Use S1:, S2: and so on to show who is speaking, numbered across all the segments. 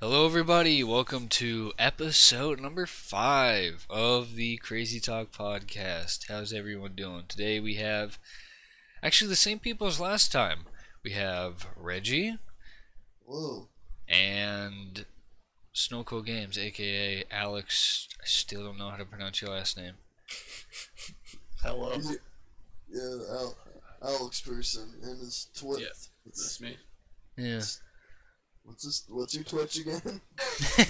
S1: Hello, everybody. Welcome to episode number five of the Crazy Talk podcast. How's everyone doing? Today we have actually the same people as last time. We have Reggie
S2: Whoa.
S1: and Snowco Games, aka Alex. I still don't know how to pronounce your last name.
S3: Hello.
S2: Yeah, Al- Alex person and his Twitch.
S3: Yeah. That's me.
S1: Yeah.
S2: What's this? What's your Twitch again?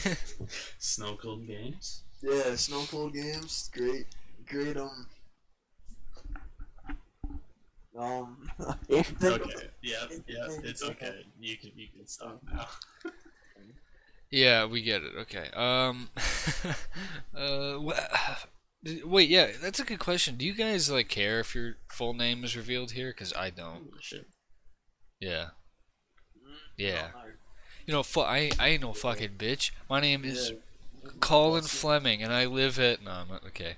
S3: Snow Cold Games.
S2: yeah, Snow Cold Games. Great, great. Um. Um.
S3: Okay. Yep. Yep. It's okay. You can you can stop now.
S1: Yeah, we get it. Okay. Um. uh. wha- Wait, yeah, that's a good question. Do you guys like care if your full name is revealed here? Cause I don't.
S3: Holy shit.
S1: Yeah. Yeah. Mm. You know, fu- I I ain't no fucking bitch. My name is Colin Fleming, and I live at. No, I'm not. Okay,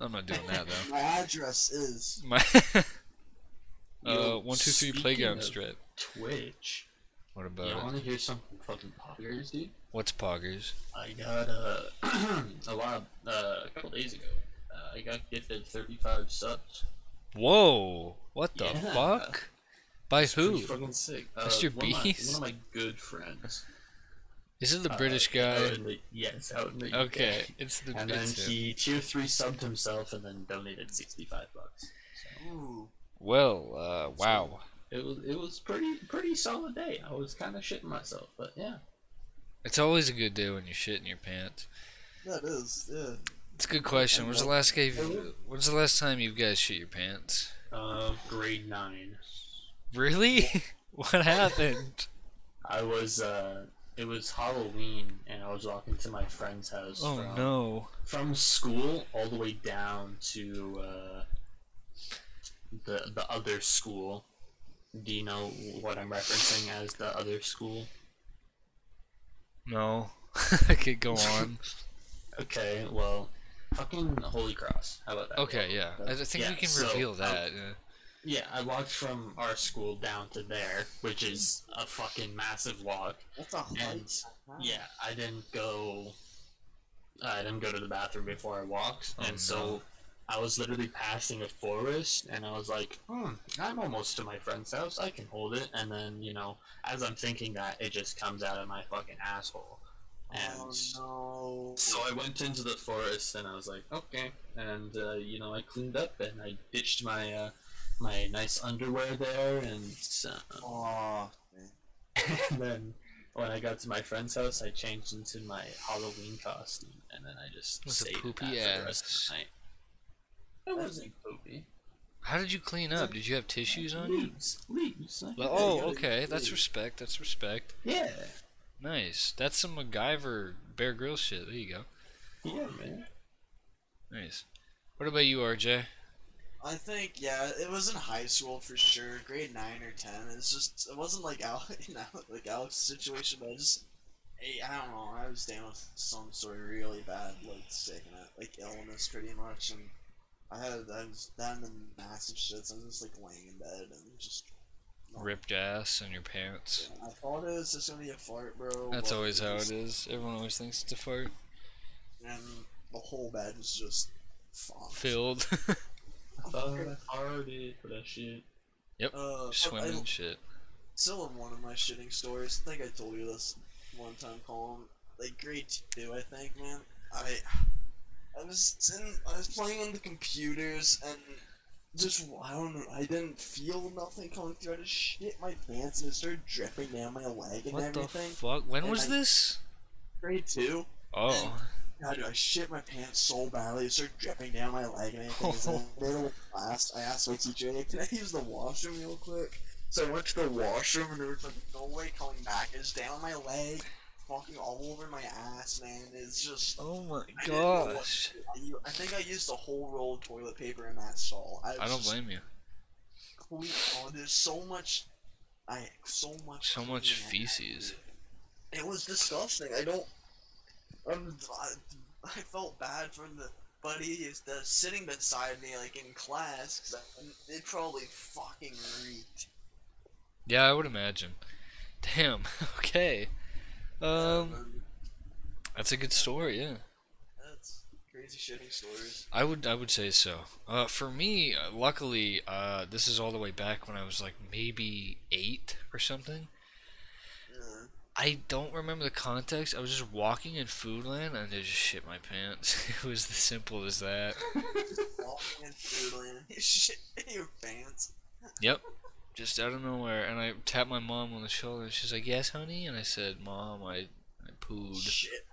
S1: I'm not doing that though.
S2: My address is.
S1: My uh
S3: Yo,
S1: one two three
S3: speaking
S1: playground
S3: of
S1: strip.
S3: Twitch.
S1: What
S3: You
S1: about it?
S3: want to hear something fucking poggers, dude?
S1: What's poggers?
S3: I got uh, a lot of, uh, a couple days ago. Uh, I got gifted 35 subs.
S1: Whoa! What the
S3: Yeah.
S1: fuck? By
S3: Pretty
S1: who?
S3: fucking sick. Uh,
S1: That's your
S3: one of my-
S1: beast?
S3: One of my good friends.
S1: Is it the
S3: Uh,
S1: British guy?
S3: out in the- yes, out in the UK.
S1: Okay, it's the
S3: And then
S1: it's him.
S3: he tier three subbed himself and then donated 65 bucks.
S2: Ooh.
S1: Well, uh, wow.
S3: It was it was pretty pretty solid day. I was kind of shitting myself, but yeah.
S1: It's always a good day when you shit in your pants.
S2: That is. Yeah.
S1: It's a good question. When's the last guy? When's the last time you guys shit your pants?
S3: Uh, grade nine.
S1: Really? what happened?
S3: I was uh, it was Halloween, and I was walking to my friend's house
S1: Oh
S3: from
S1: no.
S3: from school all the way down to uh, the the other school. Do you know what I'm referencing as the other school?
S1: No. I could go on.
S3: Okay, well, fucking Holy Cross. How about that?
S1: Okay, yeah. I I think
S3: Yeah,
S1: we can
S3: so,
S1: reveal
S3: um,
S1: that. yeah.
S3: Yeah, I walked from our school down to there, which is a fucking massive walk.
S2: That's a
S3: And
S2: height.
S3: yeah, I didn't go. I didn't go to the bathroom before I walked,
S1: Oh,
S3: and so I was literally passing a forest, and I was like, "Hmm, I'm almost to my friend's house. I can hold it." And then you know, as I'm thinking that, it just comes out of my fucking asshole, and.
S2: Oh no.
S3: So I went into the forest and I was like, okay, and uh, you know I cleaned up and I ditched my uh, my nice underwear there, and, uh,
S2: Aw, man.
S3: and then when I got to my friend's house, I changed into my Halloween costume, and then I just
S1: With a
S3: stayed in
S1: poopy
S3: that for the rest
S1: ass.
S3: of the night. It wasn't poopy.
S1: How did you clean up? Did you have tissues on you?
S3: Leaves, leaves.
S1: Well,
S3: Like,
S1: oh,
S2: you gotta
S1: okay.
S2: use
S1: That's
S2: these.
S1: respect. That's respect.
S3: yeah,
S1: Nice. That's some MacGyver Bear Grill shit. There you go.
S3: yeah, man.
S1: Nice. What about you, RJ?
S2: I think yeah, it was in high school for sure, grade nine or ten. It's just it wasn't like Al, you know, like Alex's situation, but I just I, I don't know. I was dealing with some sort of really bad like sick and uh, like illness pretty much, and I had I was down in massive shits. I was just like laying in bed and just
S1: Ripped ass in your pants.
S2: I thought it was just gonna be a fart, bro.
S1: That's
S2: but
S1: always how
S2: was-
S1: it is. Everyone always thinks it's a fart.
S2: And the whole bed was just fucked.
S1: Filled.
S3: Oh, I farted for that shit.
S2: Uh, I-
S1: Swimming
S2: I-
S1: and shit.
S2: still in one of my shitting stories. I think I told you this one time, Colin. Like grade two, I think, man. I I was in, I was playing on the computers and just I don't know. I didn't feel nothing coming through. I just shit my pants and it started dripping down my leg and
S1: What the
S2: everything.
S1: fuck? When
S2: And
S1: was
S2: I-
S1: this?
S2: grade two.
S1: Oh.
S2: God, dude, I shit my pants so badly. It started dripping down my leg and everything. It's in the middle of class, I asked my teacher, hey, can I use the washroom real quick? So I went to the washroom and there was like no way coming back. It's down my leg, fucking all over my ass, man. It's just.
S1: Oh my
S2: I didn't know what
S1: gosh.
S2: to do. I, u- I think I used a whole roll of toilet paper in that stall. I, was
S1: I don't
S2: just
S1: blame you.
S2: clean- Oh, there's so much. I so much.
S1: So much
S2: cleaning I had to
S1: feces.
S2: do. It was disgusting. I don't. I'm, I, I felt bad for the buddy that's sitting beside me, like in class, 'cause I, it probably fucking reeked.
S1: Yeah, I would imagine. Damn. Okay. Um.
S2: And
S1: That's a good story, yeah.
S2: That's crazy shitting stories.
S1: I would I would say so. Uh, for me, uh, luckily, uh, this is all the way back when I was like maybe eight or something.
S2: Yeah.
S1: I don't remember the context. I was just walking in Foodland and I just shit my pants. It was as simple as that.
S2: All in Foodland. You shit in your pants.
S1: Yep. Just out of nowhere, and I tapped my mom on the shoulder, and she's like, "Yes, honey," and I said, "Mom, I, I pooed."
S2: Shit.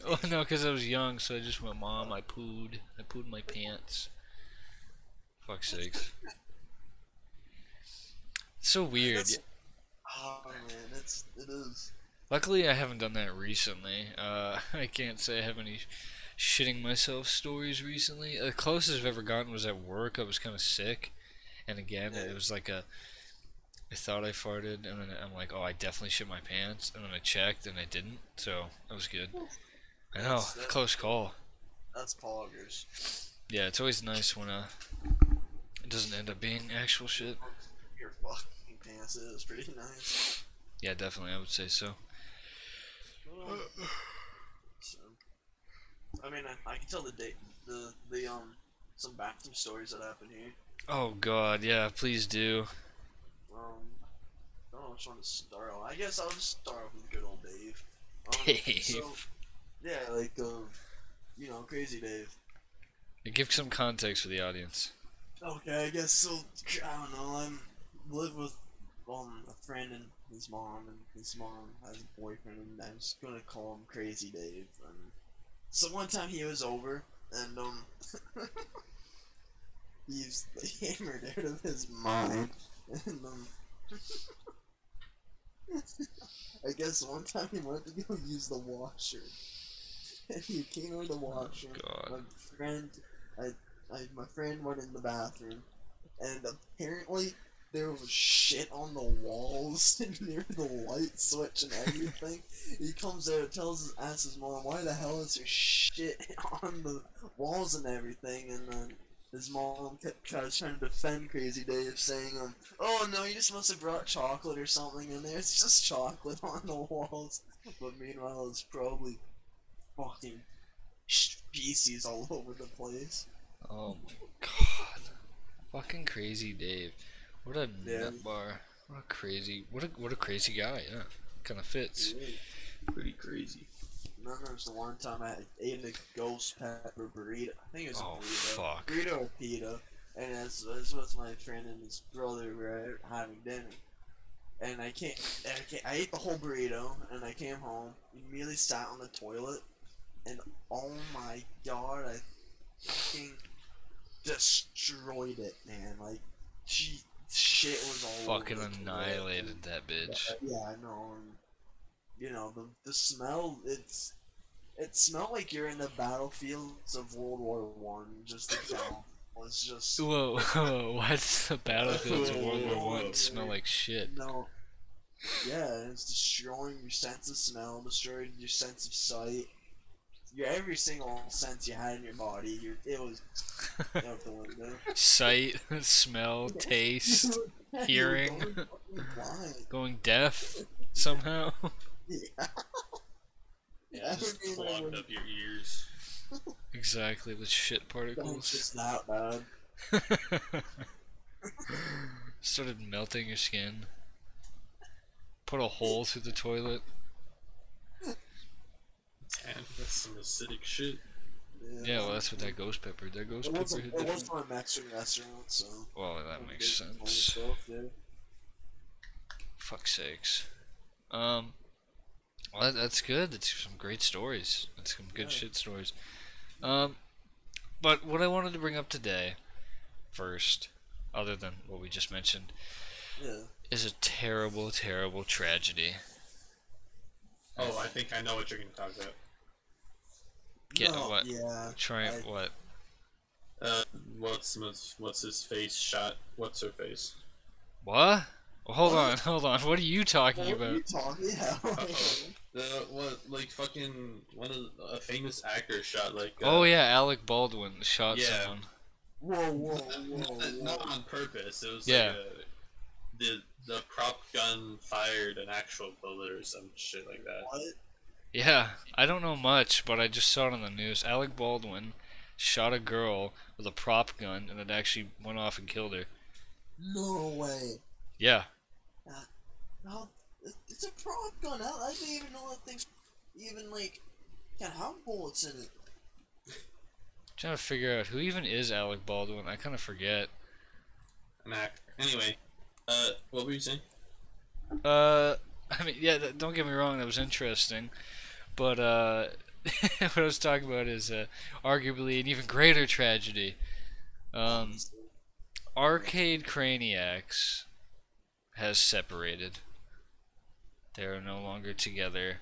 S1: well, no, because I was young, so I just went, "Mom, I pooed. I pooed my pants." Fuck's sakes. So weird.
S2: That's- Oh man, it's it is.
S1: Luckily, I haven't done that recently. Uh, I can't say I have any shitting myself stories recently. The closest I've ever gotten was at work. I was kind of sick, and again, it was like a. I thought I farted, and then I'm like, "Oh, I definitely shit my pants," and then I checked, and I didn't. So that was good. I know,
S2: That's- that-
S1: close call.
S2: That's poggers.
S1: Yeah, it's always nice when uh, it doesn't end up being actual shit.
S2: Your fucking pants it is pretty nice.
S1: Yeah, definitely, I would say so.
S2: So, I mean, I, I can tell the date, the the um, some bathroom stories that happened here.
S1: Oh God, yeah, please do.
S2: Um, I don't know which one to start off. I guess I'll just start off with good old Dave. Um, so, yeah, like um, you know, crazy Dave.
S1: Give some context for the audience.
S2: Okay, I guess so. I don't know. I'm live with um a friend and his mom, and his mom has a boyfriend, and I'm just gonna call him Crazy Dave. And so one time he was over, and um, he's hammered out of his mind, and um. I guess one time he went to go use the washer, and he came out of the washer.
S1: God.
S2: My friend, I, I, my friend went in the bathroom, and apparently there was shit on the walls and near the light switch and everything. he comes out, tells his asks his mom, "Why the hell is there shit on the walls and everything?" And then his mom kept kind of trying to defend Crazy Dave, saying, um, "Oh no, you just must have brought chocolate or something in there. It's just chocolate on the walls." But meanwhile, it's probably fucking sh- feces all over the place.
S1: Oh my god. Fucking crazy Dave. What a
S2: Yeah.
S1: nut bar. What a crazy what a what a crazy guy, yeah. Kinda fits.
S3: Pretty crazy.
S2: And then there was the one time I ate a ghost pepper burrito. I think it was
S1: Oh
S2: a burrito.
S1: fuck.
S2: Burrito or pita. And it's, it's with my friend and his brother. We We're having dinner. And I can't, I can't. I ate the whole burrito and I came home. Immediately sat on the toilet. And oh my god, I fucking destroyed it, man. Like, she, shit was all
S1: Fucking
S2: over the toilet.
S1: annihilated that bitch.
S2: Yeah, I know. And, you know the the smell. It's it smelled like you're in the battlefields of World War One. Just the smell was just
S1: Whoa, whoa, what's the battlefields of World War
S3: Whoa.
S1: One smell like shit?
S2: no. Yeah, it's destroying your sense of smell, destroyed your sense of sight, your every single sense you had in your body. Your it was out the window.
S1: Sight, smell, taste,
S2: You were
S1: Hearing.
S2: going fucking blind.
S1: going deaf somehow.
S2: Yeah.
S3: Yeah, it just clogged up your ears.
S1: exactly, with shit
S2: It's
S1: particles.
S2: just that bad.
S1: Started melting your skin. Put a hole through the toilet.
S3: Damn, that's some acidic shit.
S1: Yeah, well, that's what that ghost pepper. did. That ghost
S2: It was,
S1: pepper
S2: a,
S1: hit
S2: it was
S1: different.
S2: from a Mexican restaurant, so.
S1: Well, that
S2: Okay,
S1: makes
S2: on
S1: sense.
S2: itself, yeah.
S1: Fuck sakes. Um, well, that, that's good. That's some great stories. That's some good
S2: Yeah.
S1: shit stories. Um, but what I wanted to bring up today, first, other than what we just mentioned,
S2: Yeah.
S1: is a terrible, terrible tragedy.
S3: Oh, I think I know what you're gonna talk about.
S1: Get
S2: No,
S1: what?
S2: Yeah.
S1: Try
S2: I-
S1: what?
S3: Uh, what's what's what's his face shot? What's her face?
S1: What? Well, hold
S2: What?
S1: on, hold on. What are you talking
S2: What are
S1: about?
S2: you talking about?
S3: Uh-oh. The what like fucking one of a famous actor shot like. Uh,
S1: Oh yeah, Alec Baldwin shot
S3: Yeah.
S1: someone.
S2: whoa, whoa, whoa,
S3: Not, not
S2: whoa.
S3: on purpose. It was
S1: Yeah.
S3: like a, the the prop gun fired an actual bullet or some shit like that.
S2: What?
S1: Yeah, I don't know much, but I just saw it on the news. Alec Baldwin shot a girl with a prop gun, and it actually went off and killed her.
S2: No way.
S1: Yeah,
S2: How? It's a prop gun. How, I didn't even know that thing's even like. Can have bullets in it.
S1: trying to figure out who even is Alec Baldwin. I kind of forget.
S3: An actor. Anyway, uh, what were you saying?
S1: Uh, I mean, yeah. That, don't get me wrong. That was interesting, but uh, what I was talking about is uh, arguably an even greater tragedy. Um, Arcade Craniacs has separated. They are no longer together.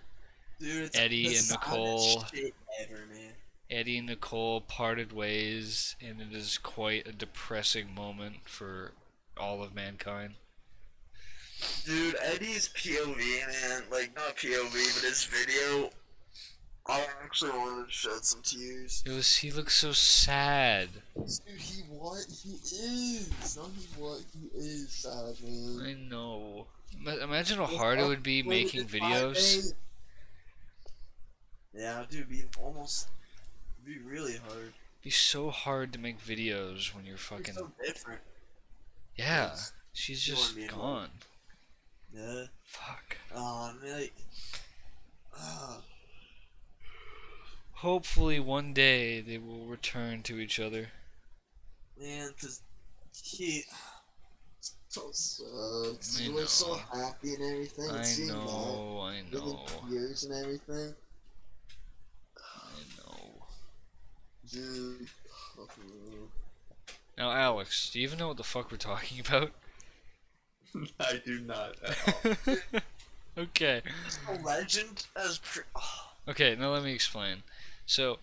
S2: Dude, it's
S1: Eddie
S2: the
S1: and
S2: saddest
S1: Nicole.
S2: shit ever, man.
S1: Eddie and Nicole parted ways, and it is quite a depressing moment for all of mankind.
S2: Dude, Eddie's POV, man. Like, not POV, but his video. I actually wanted to shed some tears.
S1: It was he looked so sad.
S2: Dude, he what? He is. Not he what? He is sad, man.
S1: I know. Ma- Imagine how hard it would be making videos.
S2: Yeah, dude, be almost. Be really hard.
S1: Be so hard to make videos when you're
S2: It's
S1: fucking.
S2: so different.
S1: Yeah, she's
S2: You
S1: just
S2: wanna be in
S1: gone.
S2: Yeah.
S1: Fuck.
S2: Oh, man, like. ah,
S1: Hopefully, one day they will return to each other.
S2: man, because he. So sucks.
S1: I
S2: He was so
S1: know.
S2: happy and everything. and
S1: I
S2: seeing that
S1: know. I
S2: with the
S1: know.
S2: tears and everything.
S1: I know.
S2: Dude. fucking-
S1: Now, Alex, do you even know what the fuck we're talking about?
S3: I do not. uh,
S2: Oh.
S1: okay.
S2: A legend as. Pre- oh,
S1: Okay, now let me explain. So,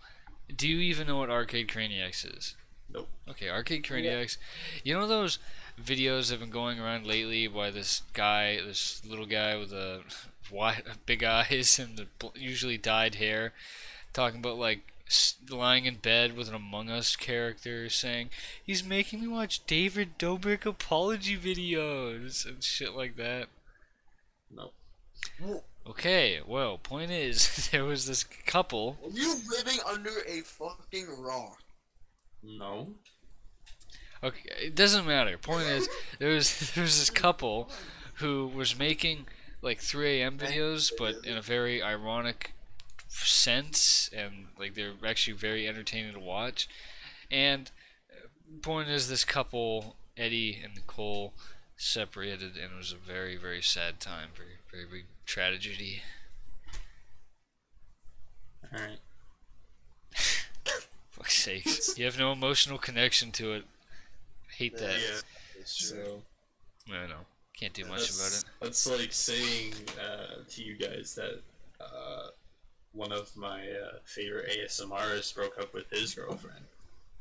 S1: do you even know what Arcade Craniacs is?
S3: Nope.
S1: Okay, Arcade Craniacs. You know those videos that have been going around lately by this guy, this little guy with a wide, big eyes and the bl- usually dyed hair, talking about like s- lying in bed with an Among Us character saying he's making me watch David Dobrik apology videos and shit like that.
S3: Nope.
S2: well,
S1: Okay, well, point is, there was this couple.
S2: are you living under a fucking rock?
S3: No.
S1: Okay, it doesn't matter. Point is, there was there was this couple who was making like 3 a.m. videos, but in a very ironic sense, and like they're actually very entertaining to watch. And uh, point is, this couple, Eddie and Nicole, separated, and it was a very very sad time, very very big tragedy.
S3: Alright.
S1: Fuck's sakes, you have no emotional connection to it. Hate that.
S3: Yeah.
S2: It's true.
S3: So
S1: I know. Can't do much about
S3: that's,
S1: it.
S3: that's like saying uh, to you guys that uh, one of my uh, favorite ASMRs broke up with his girlfriend.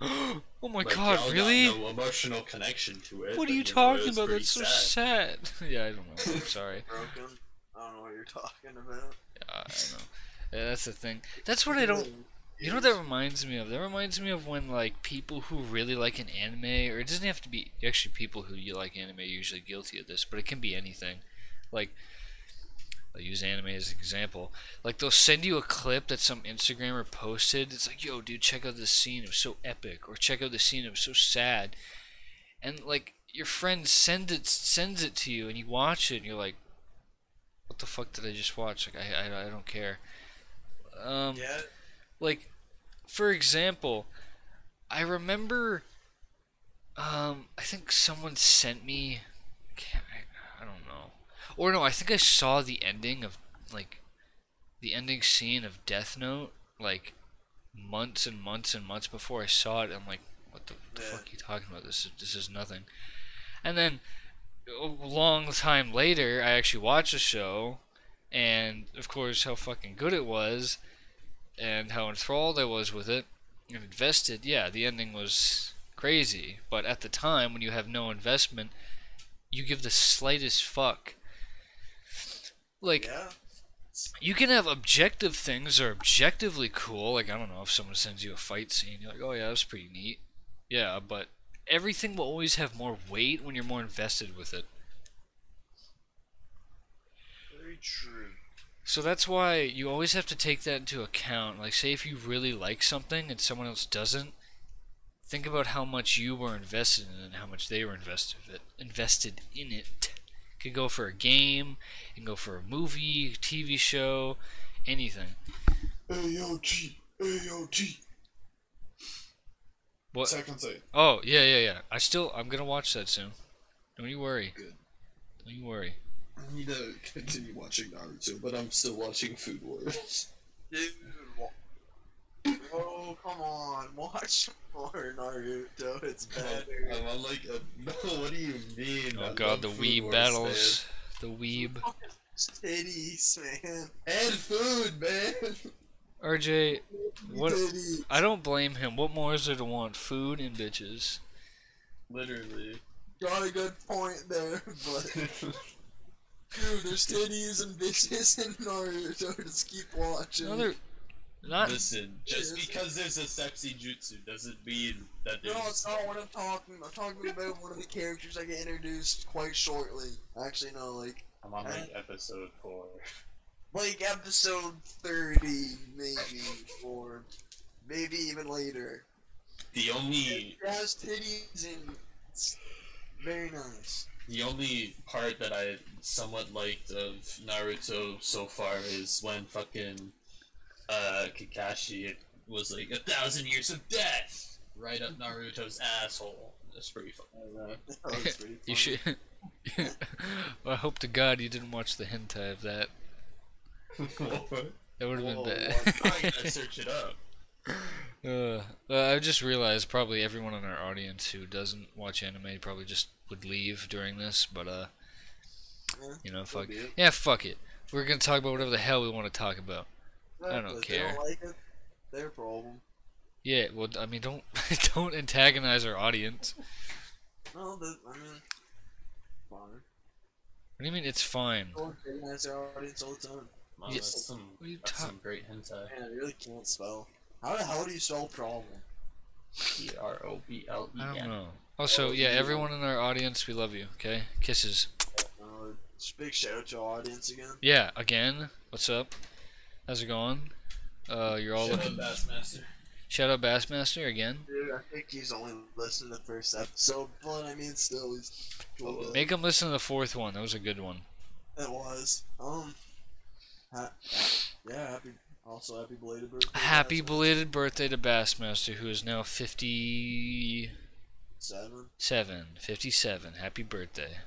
S1: oh my
S3: Like,
S1: god,
S3: y'all got
S1: really?
S3: No emotional connection to it.
S1: What are
S3: but,
S1: you
S3: know, it
S1: talking
S3: was
S1: about?
S3: pretty
S1: That's so sad. yeah, I don't know. I'm sorry.
S2: Broken. I don't know what you're talking about.
S1: Uh, I know. Yeah, that's the thing. That's what I don't. You know what that reminds me of? That reminds me of when like people who really like an anime, or it doesn't have to be actually people who you like anime are usually guilty of this, but it can be anything. Like I'll use anime as an example. Like they'll send you a clip that some Instagrammer posted. It's like, yo, dude, check out this scene. It was so epic, or check out this scene. It was so sad. And like your friend send it sends it to you, and you watch it, and you're like, what the fuck did I just watch? Like I I, I don't care. Um,
S2: Yeah.
S1: like for example i remember um i think someone sent me can't, I, I don't know or no i think i saw the ending of like the ending scene of death note like months and months and months before i saw it i'm like what the, what the
S2: Yeah.
S1: fuck are you talking about this is, this is nothing and then a long time later i actually watched the show and of course how fucking good it was and how enthralled I was with it and invested, yeah, the ending was crazy. But at the time, when you have no investment, you give the slightest fuck. Like,
S2: Yeah.
S1: you can have objective things that are objectively cool. Like, I don't know, if someone sends you a fight scene, you're like, oh, yeah, that was pretty neat. Yeah, but everything will always have more weight when you're more invested with it.
S2: Very true.
S1: So that's why you always have to take that into account. Like, say if you really like something and someone else doesn't, think about how much you were invested in it and how much they were invested in it. Invested in it. Could go for a game, it can go for a movie, TV show, anything.
S2: AOG, AOG.
S1: What?
S2: Second thing.
S1: Oh yeah, yeah, yeah. I still I'm gonna watch that soon. Don't you worry.
S2: Good.
S1: Don't you worry.
S2: I need to continue watching Naruto, but I'm still watching Food Wars. Dude, wa- oh come on, watch more Naruto. It's better.
S3: I'm, I'm like, uh, no, what do you mean? I
S1: Oh
S3: love
S1: god, the
S3: Food
S1: weeb
S3: Wars,
S1: battles. The weeb.
S2: Titties, man.
S3: Man. And food, man.
S1: RJ, what?
S2: Titties.
S1: I don't blame him. What more is there to want? Food and bitches.
S3: Literally.
S2: Got a good point there, but dude, there's titties and bitches in Naruto. Just keep watching.
S1: No, they're not.
S3: Listen, just
S2: Yes.
S3: because there's a sexy jutsu doesn't mean that
S2: No,
S3: there's.
S2: it's not what I'm talking. I'm talking about one of the characters I get introduced quite shortly. Actually, no, like
S3: I'm on like episode four.
S2: like episode thirty, maybe, or maybe even later.
S3: The only,
S2: It has titties and it's very nice.
S3: the only part that I somewhat liked of Naruto so far is when fucking, uh, Kakashi was like a thousand years of death right up Naruto's asshole. That's pretty fucking.
S2: That was pretty
S1: You
S2: funny.
S1: should. well, I hope to God you didn't watch the hentai of that.
S3: What?
S1: That would have
S3: Whoa,
S1: been
S2: Oh,
S3: what? I gotta
S1: bad.
S3: search it up.
S1: uh, I just realized probably everyone in our audience who doesn't watch anime probably just would leave during this, but uh,
S2: Yeah,
S1: you know, fuck.
S2: be it.
S1: Yeah, fuck it. We're gonna talk about whatever the hell we want to talk about. I don't
S2: If
S1: care.
S2: They don't like it. Their problem.
S1: Yeah, well, I mean, don't don't antagonize our audience.
S2: No, the, I mean, fine.
S1: What do you mean it's fine?
S2: Don't recognize their audience all the time.
S3: Wow,
S1: Yes.
S3: that's some,
S1: What are you
S3: that's
S1: ta-
S3: some great hentai.
S2: Man, I really can't spell. How the hell do you spell problem?
S3: P R O B L E
S1: I don't
S3: N.
S1: know. Also,
S2: Oh,
S1: yeah,
S2: yeah.
S1: everyone in our audience, we love you. Okay, kisses.
S2: Uh, just big shout out to our audience again.
S1: Yeah, again. What's up? How's it going? Uh, you're all
S3: Shut
S1: looking.
S3: up, Bassmaster.
S1: Shout out Bassmaster again.
S2: Dude, I think he's only listened to the first episode, but I mean, still, he's cool.
S1: Make them listen to the fourth one. That was a good one.
S2: It was. Um. ha- yeah, happy. Also, happy belated birthday.
S1: Happy
S2: guys.
S1: belated birthday to Bassmaster, who is now 57.
S2: seven.
S1: 57. Happy birthday.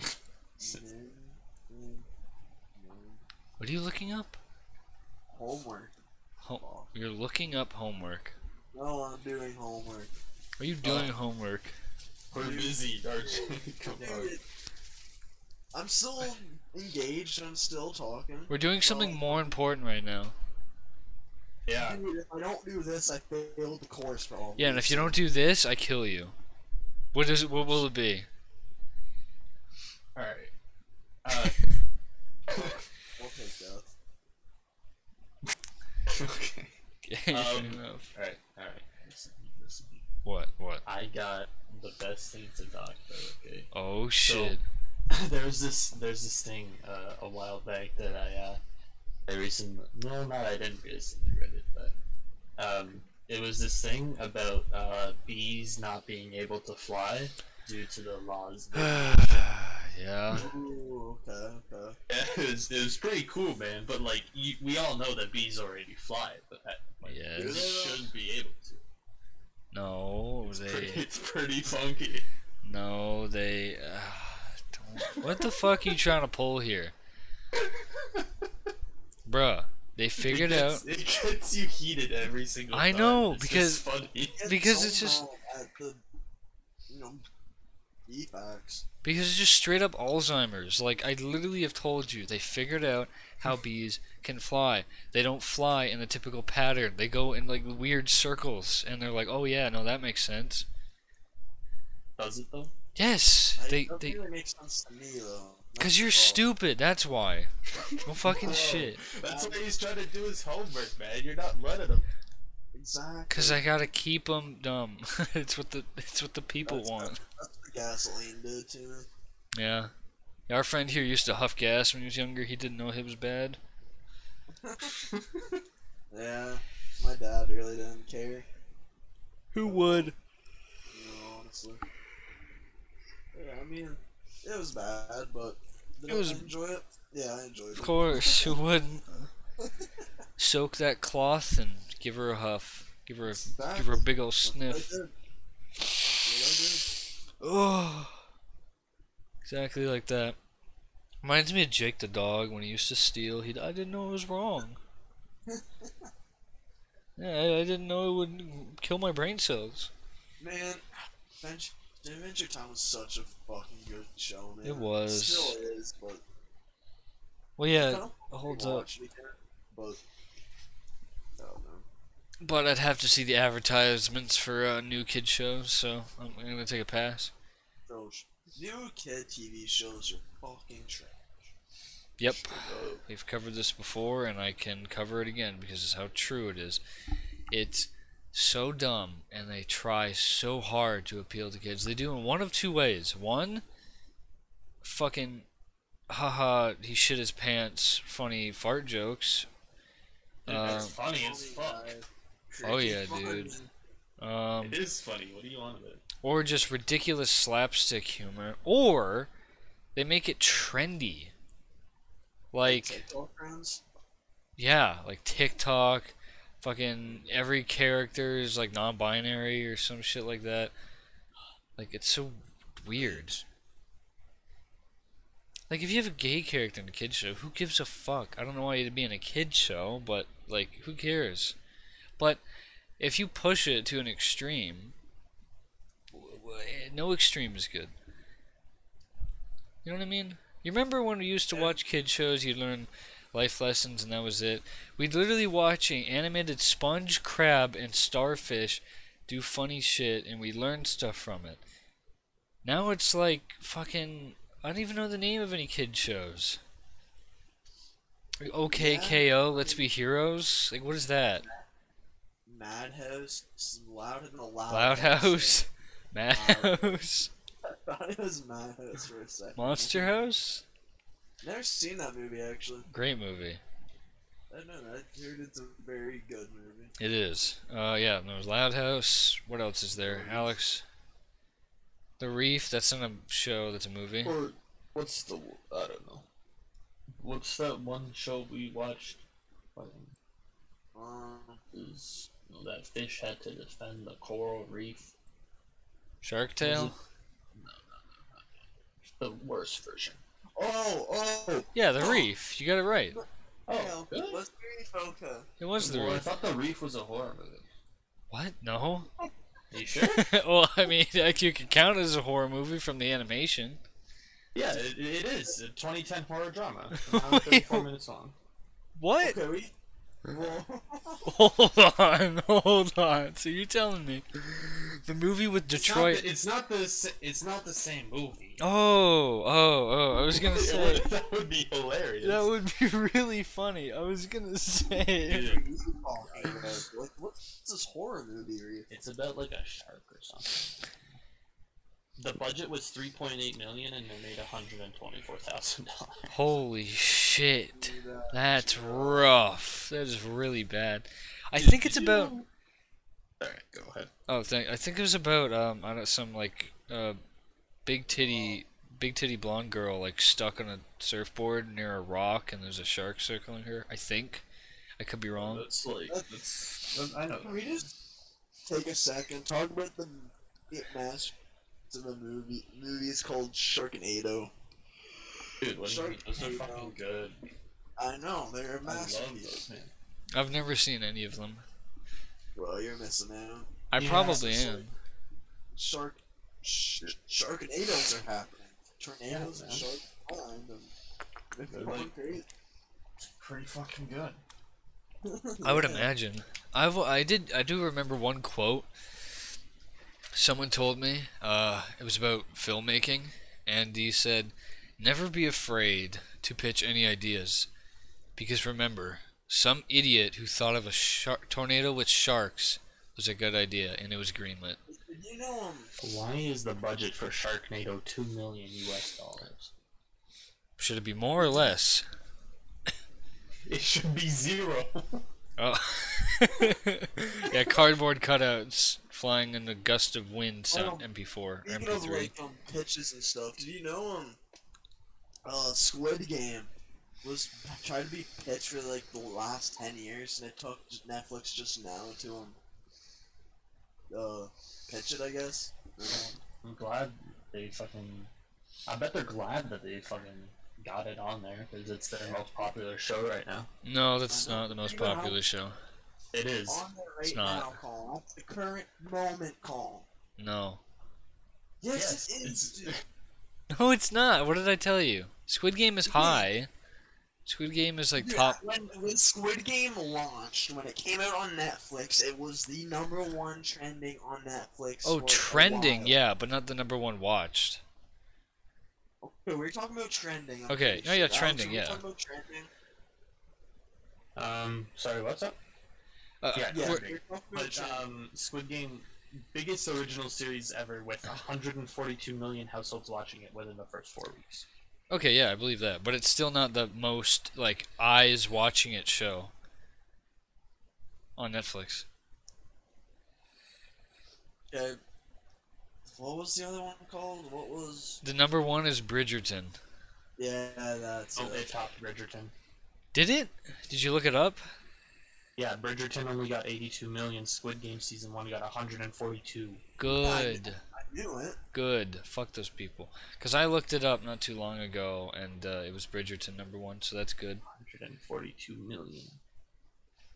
S2: Mm, mm, mm.
S1: What are you looking up?
S2: Homework. Oh,
S1: Ho- you're looking up homework.
S2: No, I'm doing homework.
S1: Are you doing homework?
S3: We're busy, RJ. Come on.
S2: Dude, I'm still engaged. I'm still talking.
S1: We're doing something
S2: Well-
S1: more important right now.
S3: Yeah.
S2: Dude, if I don't do this, I failed the course problem.
S1: Yeah, and if you don't do this, I kill you. What is it? What will it be?
S3: Alright. Uh,
S2: I'll take death.
S3: okay.
S1: Fair
S3: Um,
S1: enough.
S3: Alright, alright. Listen, listen.
S1: What? What?
S3: I got the best thing to talk about, okay?
S1: Oh shit!
S3: there's this there's this thing uh, a while back that I uh, I recently no not I didn't recently read it but um, it was this thing about uh, bees not being able to fly due to the laws.
S1: yeah.
S2: Ooh, okay, okay.
S3: yeah, it was it was pretty cool, man. But like you, we all know that bees already fly, but that, like,
S1: Yeah.
S3: they shouldn't be able to.
S1: No,
S3: Pretty-
S1: they.
S3: it's pretty funky.
S1: No, they. Uh, don't. What the fuck are you trying to pull here, bruh? They figured
S3: it
S1: out
S3: gets, It gets you heated every single.
S1: I
S3: time.
S1: know,
S3: It's just
S1: because-
S3: funny.
S1: Because it's just-
S2: mad at the, you know, defects.
S1: because it's just straight up Alzheimer's. Like I literally have told you, they figured out how bees can fly. They don't fly in the typical pattern. They go in like weird circles, and they're like, "Oh yeah, no, that makes sense."
S3: Does it though?
S1: Yes,
S2: I,
S1: they
S2: that
S1: they.
S2: really makes sense to me though.
S1: Cause you're stupid. That's why. No fucking
S3: Whoa.
S1: shit.
S3: That's why he's trying to do his homework, man. You're not letting him.
S2: Exactly.
S1: Cause I gotta keep them dumb. it's what the it's what the people
S2: That's
S1: want.
S2: That's what gasoline did to me.
S1: Yeah. Yeah, our friend here used to huff gas when he was younger. He didn't know it was bad.
S2: Yeah, my dad really didn't care.
S1: Who would?
S2: You know, honestly. Yeah, I mean, it was bad, but did
S1: It was-
S2: I enjoy it? Yeah, I enjoyed it.
S1: Of course, who wouldn't? Soak that cloth and give her a huff. Give her a, give her a big old sniff.
S2: I did. That's
S1: Oh, exactly like that. Reminds me of Jake the dog when he used to steal. He I didn't know it was wrong. yeah, I, I didn't know it would kill my brain cells.
S2: what I did. Man, Adventure, Adventure Time was such a fucking good show, man.
S1: It was.
S2: still is, but
S1: Well, yeah,
S2: Well,
S1: it holds up.
S2: watch it again, But I don't know.
S1: But I'd have to see the advertisements for uh, new kid shows, so I'm, I'm gonna take a pass.
S2: Those new kid TV shows are fucking trash.
S1: Yep, we've covered this before, and I can cover it again because it's how true it is. It's so dumb, and they try so hard to appeal to kids. They do in one of two ways. One, fucking, haha, he shit his pants, funny fart jokes.
S4: Dude,
S1: Uh,
S4: that's funny as fuck.
S1: Oh, yeah, dude. um,
S4: It is funny. What do you want of it?
S1: or just ridiculous slapstick humor, or they make it trendy. Like,
S2: TikTok friends.
S1: yeah, like TikTok, fucking every character is like non binary or some shit like that. Like, it's so weird. Like, if you have a gay character in a kid show, who gives a fuck? I don't know why you'd be in a kid show, but, like, who cares? But if you push it to an extreme, w- w- no extreme is good. You know what I mean? You remember when we used to watch kid shows, you'd learn life lessons, and that was it. We'd literally watch an animated sponge crab and starfish do funny shit, and we learned stuff from it. Now it's like fucking. I don't even know the name of any kid shows. Okay, KO, Let's Be Heroes. Like, what is that?
S2: Madhouse. s- Louder than the loud.
S1: Loud House, Mad
S2: Wow.
S1: House,
S2: I thought it was Madhouse for a second.
S1: Monster House.
S2: Never seen that movie actually.
S1: Great movie.
S2: I don't know. I heard it's a very good movie.
S1: It is. Uh, yeah. There was Loud House. What else is there? Alex. The Reef. That's not a show. That's a movie.
S4: Or what's the I don't know. What's that one show we watched? Um,
S2: Um,
S4: Is that fish had to defend the coral reef?
S1: Shark Tale.
S4: The worst version.
S2: oh, oh,
S1: Yeah, The Reef. You got it right.
S4: Oh,
S2: yeah.
S4: really?
S2: Let's be Foca.
S1: It was The
S4: Well, I
S1: Reef.
S4: thought the reef was a horror movie.
S1: What? No.
S4: Are you sure?
S1: well, I mean, like you could count it as a horror movie from the animation.
S4: yeah, it, it is. A 2010 horror drama. An hour and
S1: Wait,
S4: 34 minutes long.
S1: What?
S2: Okay, we. Well,
S1: Hold on, hold on. So you're telling me the movie with Detroit?
S4: It's not the. It's not the, s- it's not the same movie.
S1: Oh, oh, oh! I was gonna say.
S4: that would be hilarious.
S1: That would be really funny. I was gonna say.
S4: Dude,
S2: talking about? Like, what's this horror movie? Are you?
S4: it's about like a shark or something. The budget was 3.8 million, and they made 124,000 dollars.
S1: Holy shit.
S2: Uh,
S1: That's rough. That is really bad. I think it's about.
S4: Alright, go ahead.
S1: Oh, thank. I think it was about um, I don't know, some like uh, big titty, big titty blonde girl like stuck on a surfboard near a rock, and there's a shark circling her. I think. I could be wrong.
S4: That's like that's. that- I know.
S2: Can we just take a second talk about the it match to the movie? Movie is called Sharknado.
S4: Dude, when
S2: Shark
S4: those are
S2: Tank,
S4: fucking
S2: though.
S4: good.
S2: I know they're a
S4: I love
S2: masterpiece.
S4: those, man.
S1: I've never seen any of them.
S2: Well, you're missing out.
S1: I
S4: Yeah,
S1: probably
S2: it's
S1: am.
S2: like- Shark, sh- Sharknados are happening. Tornadoes and
S4: Yeah,
S2: sharks behind them. They're
S4: They're
S2: fucking
S4: like-
S2: crazy.
S4: Pretty fucking good.
S1: I would
S2: Yeah.
S1: imagine. I've I did I do remember one quote. Someone told me uh, it was about filmmaking, and he said, "Never be afraid to pitch any ideas, because remember, some idiot who thought of a shark tornado with sharks was a good idea, and it was greenlit."
S2: Did You know, um,
S4: Why is the budget for Sharknado two million U.S. dollars?
S1: Should it be more or less?
S3: It should be zero.
S1: Oh. yeah, cardboard cutouts flying in a gust of wind sound MP4 or
S2: Oh. Speaking of
S1: MP3.
S2: like um, pitches and stuff, did you know um, uh, Squid Game was tried to be pitched for like the last ten years, and it took Netflix just now to um, uh, pitch it, I guess.
S3: I'm glad they fucking. I bet they're glad that they fucking got it on there because it's their most popular show right now.
S1: No, that's not the most popular show.
S3: It is.
S2: On there right
S1: It's not.
S2: now, Colin. That's the current moment, Colin.
S1: No.
S2: Yes, it is.
S3: it's-
S2: dude.
S1: No, it's not. What did I tell you? Squid Game is high. Squid Game is like
S2: Dude,
S1: top.
S2: When, when Squid Game launched, when it came out on Netflix, it was the number one trending on Netflix.
S1: Oh,
S2: for a
S1: trending,
S2: while.
S1: yeah, but not the number one watched.
S2: Wait, we're talking about trending. I'm
S1: Okay,
S2: pretty
S1: no, yeah,
S2: Alex,
S1: trending,
S2: are we
S1: yeah.
S2: talking about trending?
S3: Um, sorry, what's up?
S1: Uh,
S3: Yeah,
S1: we're-
S2: Yeah, we're talking about
S3: But
S2: trending.
S3: um, Squid Game, biggest original series ever with 142 million households watching it within the first four weeks.
S1: okay, yeah, I believe that, but it's still not the most like eyes watching it show on Netflix.
S2: Okay. What was the other one called? What was?
S1: The number one is Bridgerton.
S2: Yeah, that's
S3: Oh, it
S2: it.
S3: topped Bridgerton.
S1: Did it? Did you look it up?
S3: Yeah, Bridgerton only got 82 million. Squid Game season one got 142.
S1: Good,
S2: I knew it.
S1: good. Fuck those people. Cause I looked it up not too long ago, and uh, it was Bridgerton number one, so that's good.
S3: 142 million.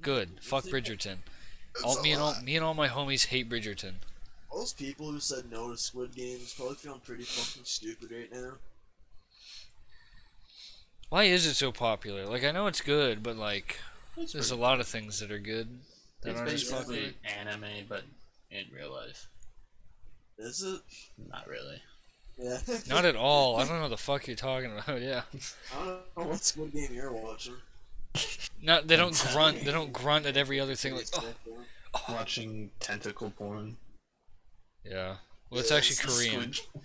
S1: Good. Fuck
S2: It's like-
S1: Bridgerton.
S2: It's
S1: All
S2: a
S1: me and all
S2: lot.
S1: me and all my homies hate Bridgerton.
S2: Most people who said no to Squid Game is probably feeling pretty fucking stupid right now.
S1: Why is it so popular? Like I know it's good, but like there's a lot of things that are good that
S3: It's
S1: aren't as popular.
S3: basically anime, but in real life.
S2: Is it?
S3: Not really.
S2: Yeah.
S1: Not at all. I don't know the fuck you're talking about. Yeah.
S2: I don't know what Squid Game you're watching.
S1: Not they don't grunt. They don't grunt at every other thing. Like oh.
S3: Watching tentacle porn.
S1: yeah. Well, it's
S2: Yeah,
S1: actually
S3: It's the
S1: Korean.
S3: Squid-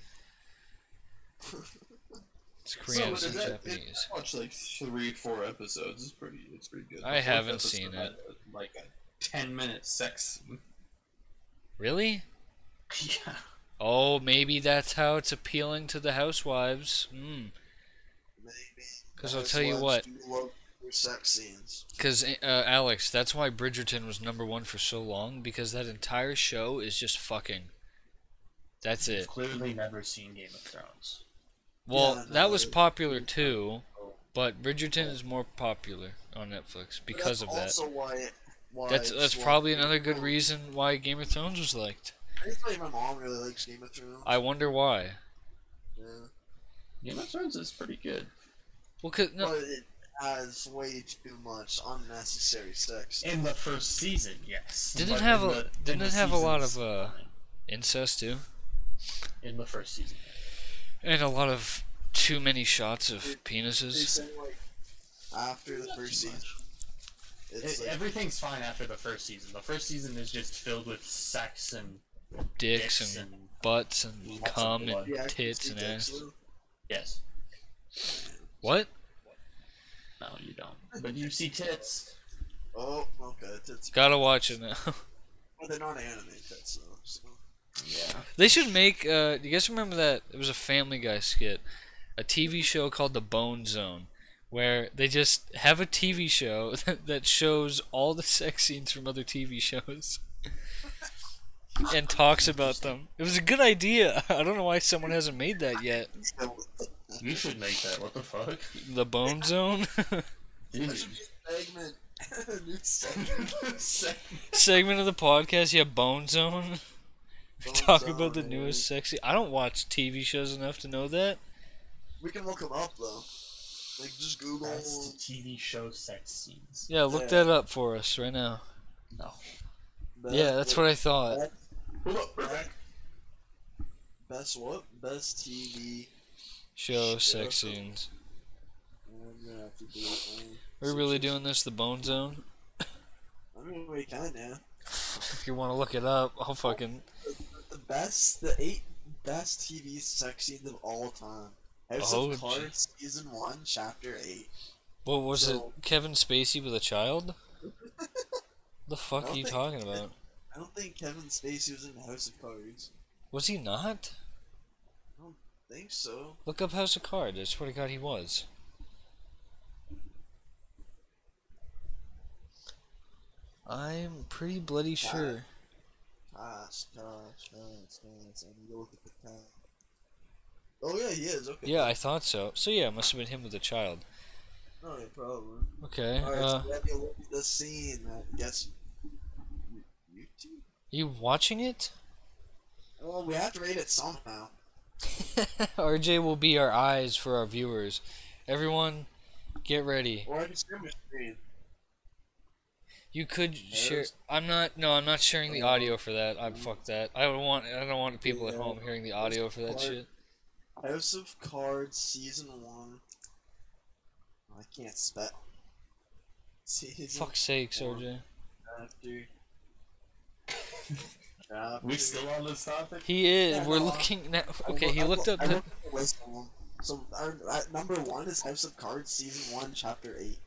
S1: It's Korean. It's
S3: So,
S1: not
S3: is that-
S1: Japanese.
S3: I watched like three, four episodes. It's pretty, it's pretty good.
S1: I
S3: The fourth
S1: haven't
S3: episode
S1: seen
S3: had, Like a ten-minute sex. scene.
S1: Really?
S3: yeah.
S1: Oh, maybe that's how it's appealing to the housewives. Mm.
S2: Maybe.
S1: 'Cause I'll tell you
S2: Housewives do love their sex scenes.
S1: Because uh, Alex, that's why Bridgerton was number one for so long because that entire show is just fucking. That's it.
S3: Clearly, never seen Game of Thrones.
S1: Well,
S2: Yeah,
S1: that
S2: no,
S1: was
S2: it-
S1: popular too, but Bridgerton is more popular on Netflix
S2: But
S1: because of
S2: that's
S1: that.
S2: Also why. It, why
S1: That's
S2: it's
S1: that's
S2: one-
S1: probably another good reason why Game of Thrones was liked.
S2: I think like my mom really likes Game of Thrones.
S1: I wonder why.
S2: yeah.
S3: Game of Thrones is pretty good.
S1: Well, 'cause- no,
S2: But it has way too much unnecessary sex.
S3: In the first season, yes.
S1: Didn't
S3: But
S1: have
S3: in
S1: a-
S3: the- in
S1: didn't
S3: the
S1: it have a lot
S3: seasons-
S1: of, uh, incest too,
S3: In the first season.
S1: and a lot of too many shots of
S2: They
S1: penises.
S2: say like after the first
S3: too
S2: season, it's
S3: It-
S2: like
S3: everything's fine after the first season. The first season is just filled with sex and
S1: dicks
S3: dicks
S1: and
S3: and
S1: butts and
S3: Lots of
S1: cum
S3: blood.
S1: and
S2: Yeah, I can
S1: tits
S2: see
S1: and
S2: dicks,
S1: ass.
S2: though.
S3: yes.
S1: What?
S3: No, you don't. But you see tits.
S2: Oh, okay, tits.
S1: Gotta watch it now.
S2: But they're not anime tits though. So.
S3: Yeah.
S1: they should make. Uh, do you guys remember that? It was a Family Guy skit, a TV show called The Bone Zone, where they just have a TV show that, that shows all the sex scenes from other TV shows. And talks about them. It was a good idea. I don't know why someone hasn't made that yet.
S3: You should make that. What the fuck?
S1: The Bone Zone
S2: That should be a segment. a new segment.
S1: segment of the podcast. Yeah, Bone Zone. Talk about the
S2: Zone, eh?
S1: newest sexy. I don't watch TV shows enough to know that.
S2: and We can look them up though. Like just Google.
S3: Best TV show sex scenes.
S1: Yeah, look
S2: Yeah.
S1: that up for us right now.
S3: No.
S1: Yeah, that's what I thought.
S2: Best, best what? Best TV.
S1: Show sex
S2: Sure.
S1: scenes.
S2: I'm gonna have uh, to do it. man.
S1: We're really doing this the Bone Zone.
S2: I mean, we can yeah.
S1: If you want to look it up, I'll fucking.
S2: The best, the eight best TV sex scenes of all time. House
S1: Oh,
S2: of Cards,
S1: geez.
S2: Season 1, Chapter 8.
S1: What was
S2: So-
S1: it? Kevin Spacey with a child? the fuck are
S2: don't
S1: you
S2: think-
S1: talking about?
S2: I don't think Kevin Spacey was in House of Cards.
S1: Was he not?
S2: I think so.
S1: Look up House of Cards. I swear to God, he was. I'm pretty bloody sure.
S2: Gosh, gosh, gosh, gosh. I need to look at the time. Oh, yeah, he is. Okay.
S1: Yeah, I thought so. So yeah, it must have been him with a child.
S2: No, yeah, probably.
S1: Okay.
S2: Alright,
S1: Uh,
S2: so we have to look at the scene. I guess. You- YouTube?
S1: you watching it?
S2: Well, we have to rate it somehow.
S1: RJ will be our eyes for our viewers. Everyone, get ready.
S2: Or I can share my screen.
S1: You could share.
S2: There's-
S1: I'm not. No, I'm not sharing the audio for that. I fuck that. I don't want. I don't want people at
S2: Yeah.
S1: home hearing the audio for that shit.
S2: House of Cards Season 1. I can't spell. Season
S1: Fuck sakes, RJ.
S2: Chapter.
S4: We still on this topic?
S1: He is.
S2: Yeah,
S1: We're
S2: no,
S1: looking now. Okay, he looked up.
S2: I
S1: the-
S2: looked up the list of them. So our, uh, number one is House of Cards season one, chapter eight.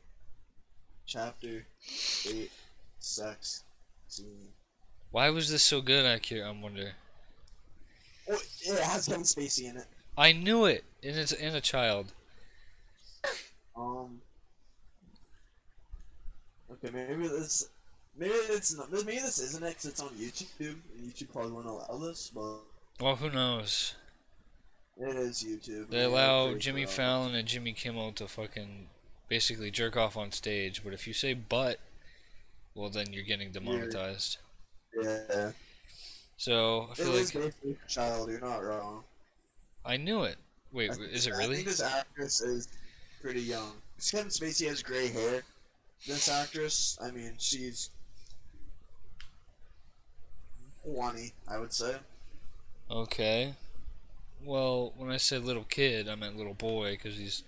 S2: Chapter eight, sex scene.
S1: Why was this so good? I cur- I wonder.
S2: Oh, it has Kevin Spacey in it.
S1: I knew it. And it's and a child.
S2: Um. Okay, maybe this, maybe it's not. Maybe this isn't it 'cause it's on YouTube. and YouTube probably won't allow this, but
S1: Well, who knows?
S2: it is YouTube.
S1: They
S2: Yeah,
S1: allow
S2: pretty
S1: Jimmy
S2: sure.
S1: Fallon and Jimmy Kimmel to fucking basically jerk off on stage, but if you say "but," well, then you're getting demonetized.
S2: Yeah,
S1: So I
S2: it
S1: feel
S2: was
S1: like
S2: basically for child. You're not wrong.
S1: I knew it. Wait,
S2: I
S1: w-
S2: think-
S1: is it
S2: I think
S1: really?
S2: this actress is pretty young. Kevin Spacey has gray hair. This actress, I mean, she's twenty, I would say.
S1: Okay. Well, when I said little kid, I meant little boy because he's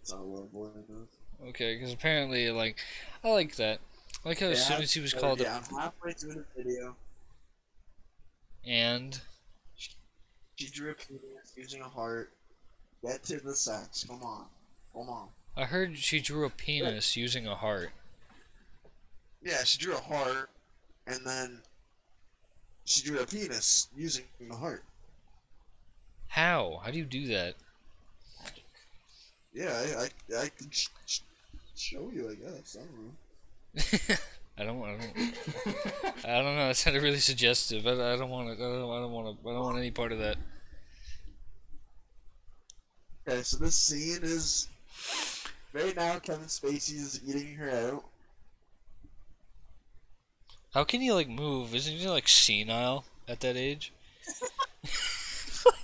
S2: It's not a little boy enough.
S1: okay. Because apparently, like, I like that. I like how as
S2: Yeah,
S1: soon as he was
S2: So,
S1: called
S2: yeah,
S1: up,
S2: I'm halfway through the video.
S1: and
S2: She drew a penis using a heart. Get to the sex. Come on, come on.
S1: I heard she drew a penis using a heart.
S2: Yeah, she drew a heart, and then she drew a penis using a heart.
S1: How? How do you do that?
S2: Yeah, I, I, I can sh- sh- show you, I guess. I don't know.
S1: I don't. I don't. I don't know. That sounded really suggestive. I, I don't want to. I don't. I don't want to. I don't want any part of that.
S2: Okay, so this scene is right now. Kevin Spacey is eating her out.
S1: How can he like move? Isn't he like senile at that age?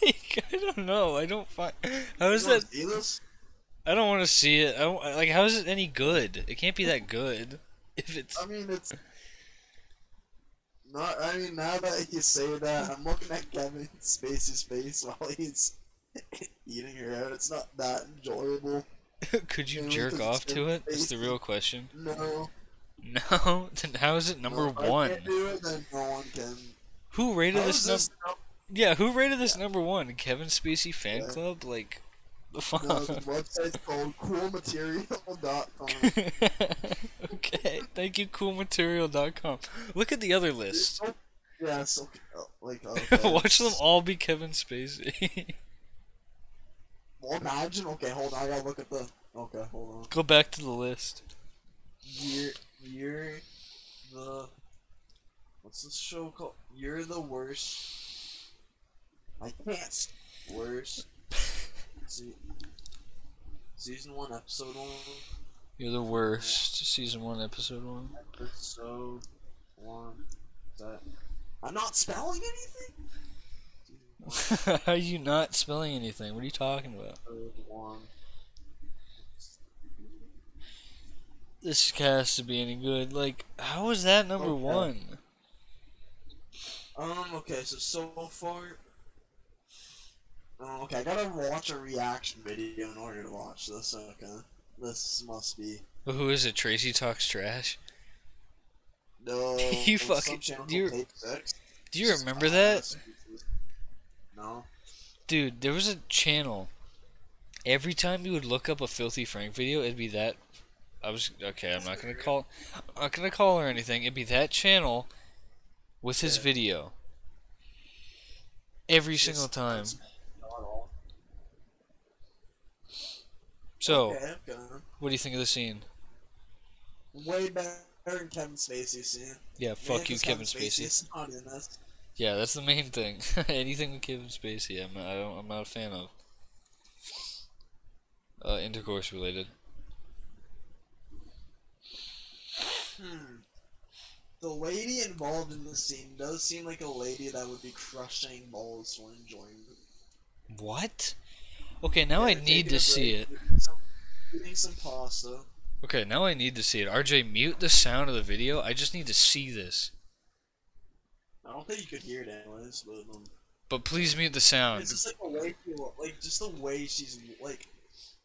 S1: like I don't know. I don't find. How is
S2: You wanna
S1: that?
S2: see this?
S1: I don't want to see it. I don't, like how is it any good? It can't be that good. If it's
S2: I mean, it's not. I mean, now that you say that, I'm looking at Kevin Spacey's face while he's eating her out. It's not that enjoyable.
S1: could you
S2: Yeah,
S1: jerk
S2: because
S1: off
S2: it's
S1: to
S2: so
S1: it? That's the real question.
S2: No.
S1: No. Then how is it number
S2: no, if I
S1: one?
S2: can't do it, then no one can.
S1: Who rated
S2: How
S1: this
S2: is
S1: number?
S2: this not
S1: Yeah, who rated this number one? Kevin Spacey fan
S2: Yeah.
S1: club? Like, the fuck?
S2: No, the website's called coolmaterial.com.
S1: okay, thank you, coolmaterial.com. Look at the other list.
S2: yeah, so like okay.
S1: Watch them all be Kevin Spacey.
S2: Well, imagine. Okay, hold on. I gotta look at the. Okay, hold on.
S1: Go back to the list.
S2: You're you're the. What's this show called? You're the worst. I can't. s- Worst. See, season one, episode one,
S1: You're the worst. Season 1, Episode 1.
S2: episode one. Is That I'm not spelling anything.
S1: How are you not spelling anything? What are you talking about?
S2: Episode one.
S1: This cast to be any good. Like, how is that number
S2: Okay.
S1: one?
S2: Um. Okay. So so far. Um, okay, I gotta watch a reaction video in order to watch this. Okay, this must be
S1: Who is it? Tracy Talks Trash?
S2: no.
S1: You
S2: some
S1: fucking-
S2: channel
S1: do you-
S2: called Tape Six.
S1: Do you remember
S2: Uh,
S1: that?
S2: No.
S1: Dude, there was a channel every time you would look up a filthy Frank video, it'd be that. I was okay. I'm not gonna call. I'm not gonna call or anything. It'd be that channel with his
S2: Yeah.
S1: video every
S2: Just-
S1: single time.
S2: Not all.
S1: So,
S2: Okay, I'm gonna.
S1: what do you think of the scene?
S2: Way better than Kevin Spacey, see?
S1: Yeah, fuck you,
S2: because
S1: Kevin Spacey.
S2: is not in this.
S1: Yeah, that's the main thing. Anything with Kevin Spacey, I'm not, I don't, I'm not a fan of. Uh, intercourse related.
S2: Hmm. The lady involved in the scene does seem like a lady that would be crushing balls for enjoyment.
S1: What? Okay, now I
S2: They're
S1: need
S2: taking
S1: to
S2: a
S1: see
S2: break,
S1: it.
S2: eating some- Eating some pasta.
S1: Okay, now I need to see it. RJ, mute the sound of the video. I just need to see this.
S2: I don't think you could hear it anyways, but um,
S1: But please mute the sound.
S2: it's just like the way she lo- like just the way she's like,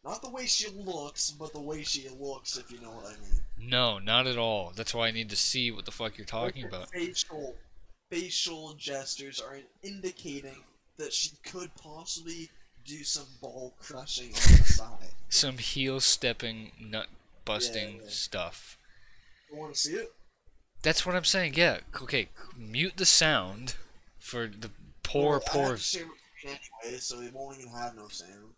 S2: not the way she looks, but the way she looks. If you know what I mean.
S1: No, not at all. That's why I need to see what the fuck you're
S2: Like,
S1: talking
S2: her
S1: about.
S2: facial facial gestures are indicating that she could possibly do some ball crushing on the side.
S1: Some heel stepping, nut busting
S2: Yeah, yeah.
S1: stuff.
S2: You want to see it?
S1: That's what I'm saying. Yeah. c- Okay, c- mute the sound for the poor,
S2: Well, I
S1: poor.
S2: have to share it Anyway, so it won't even have no sound.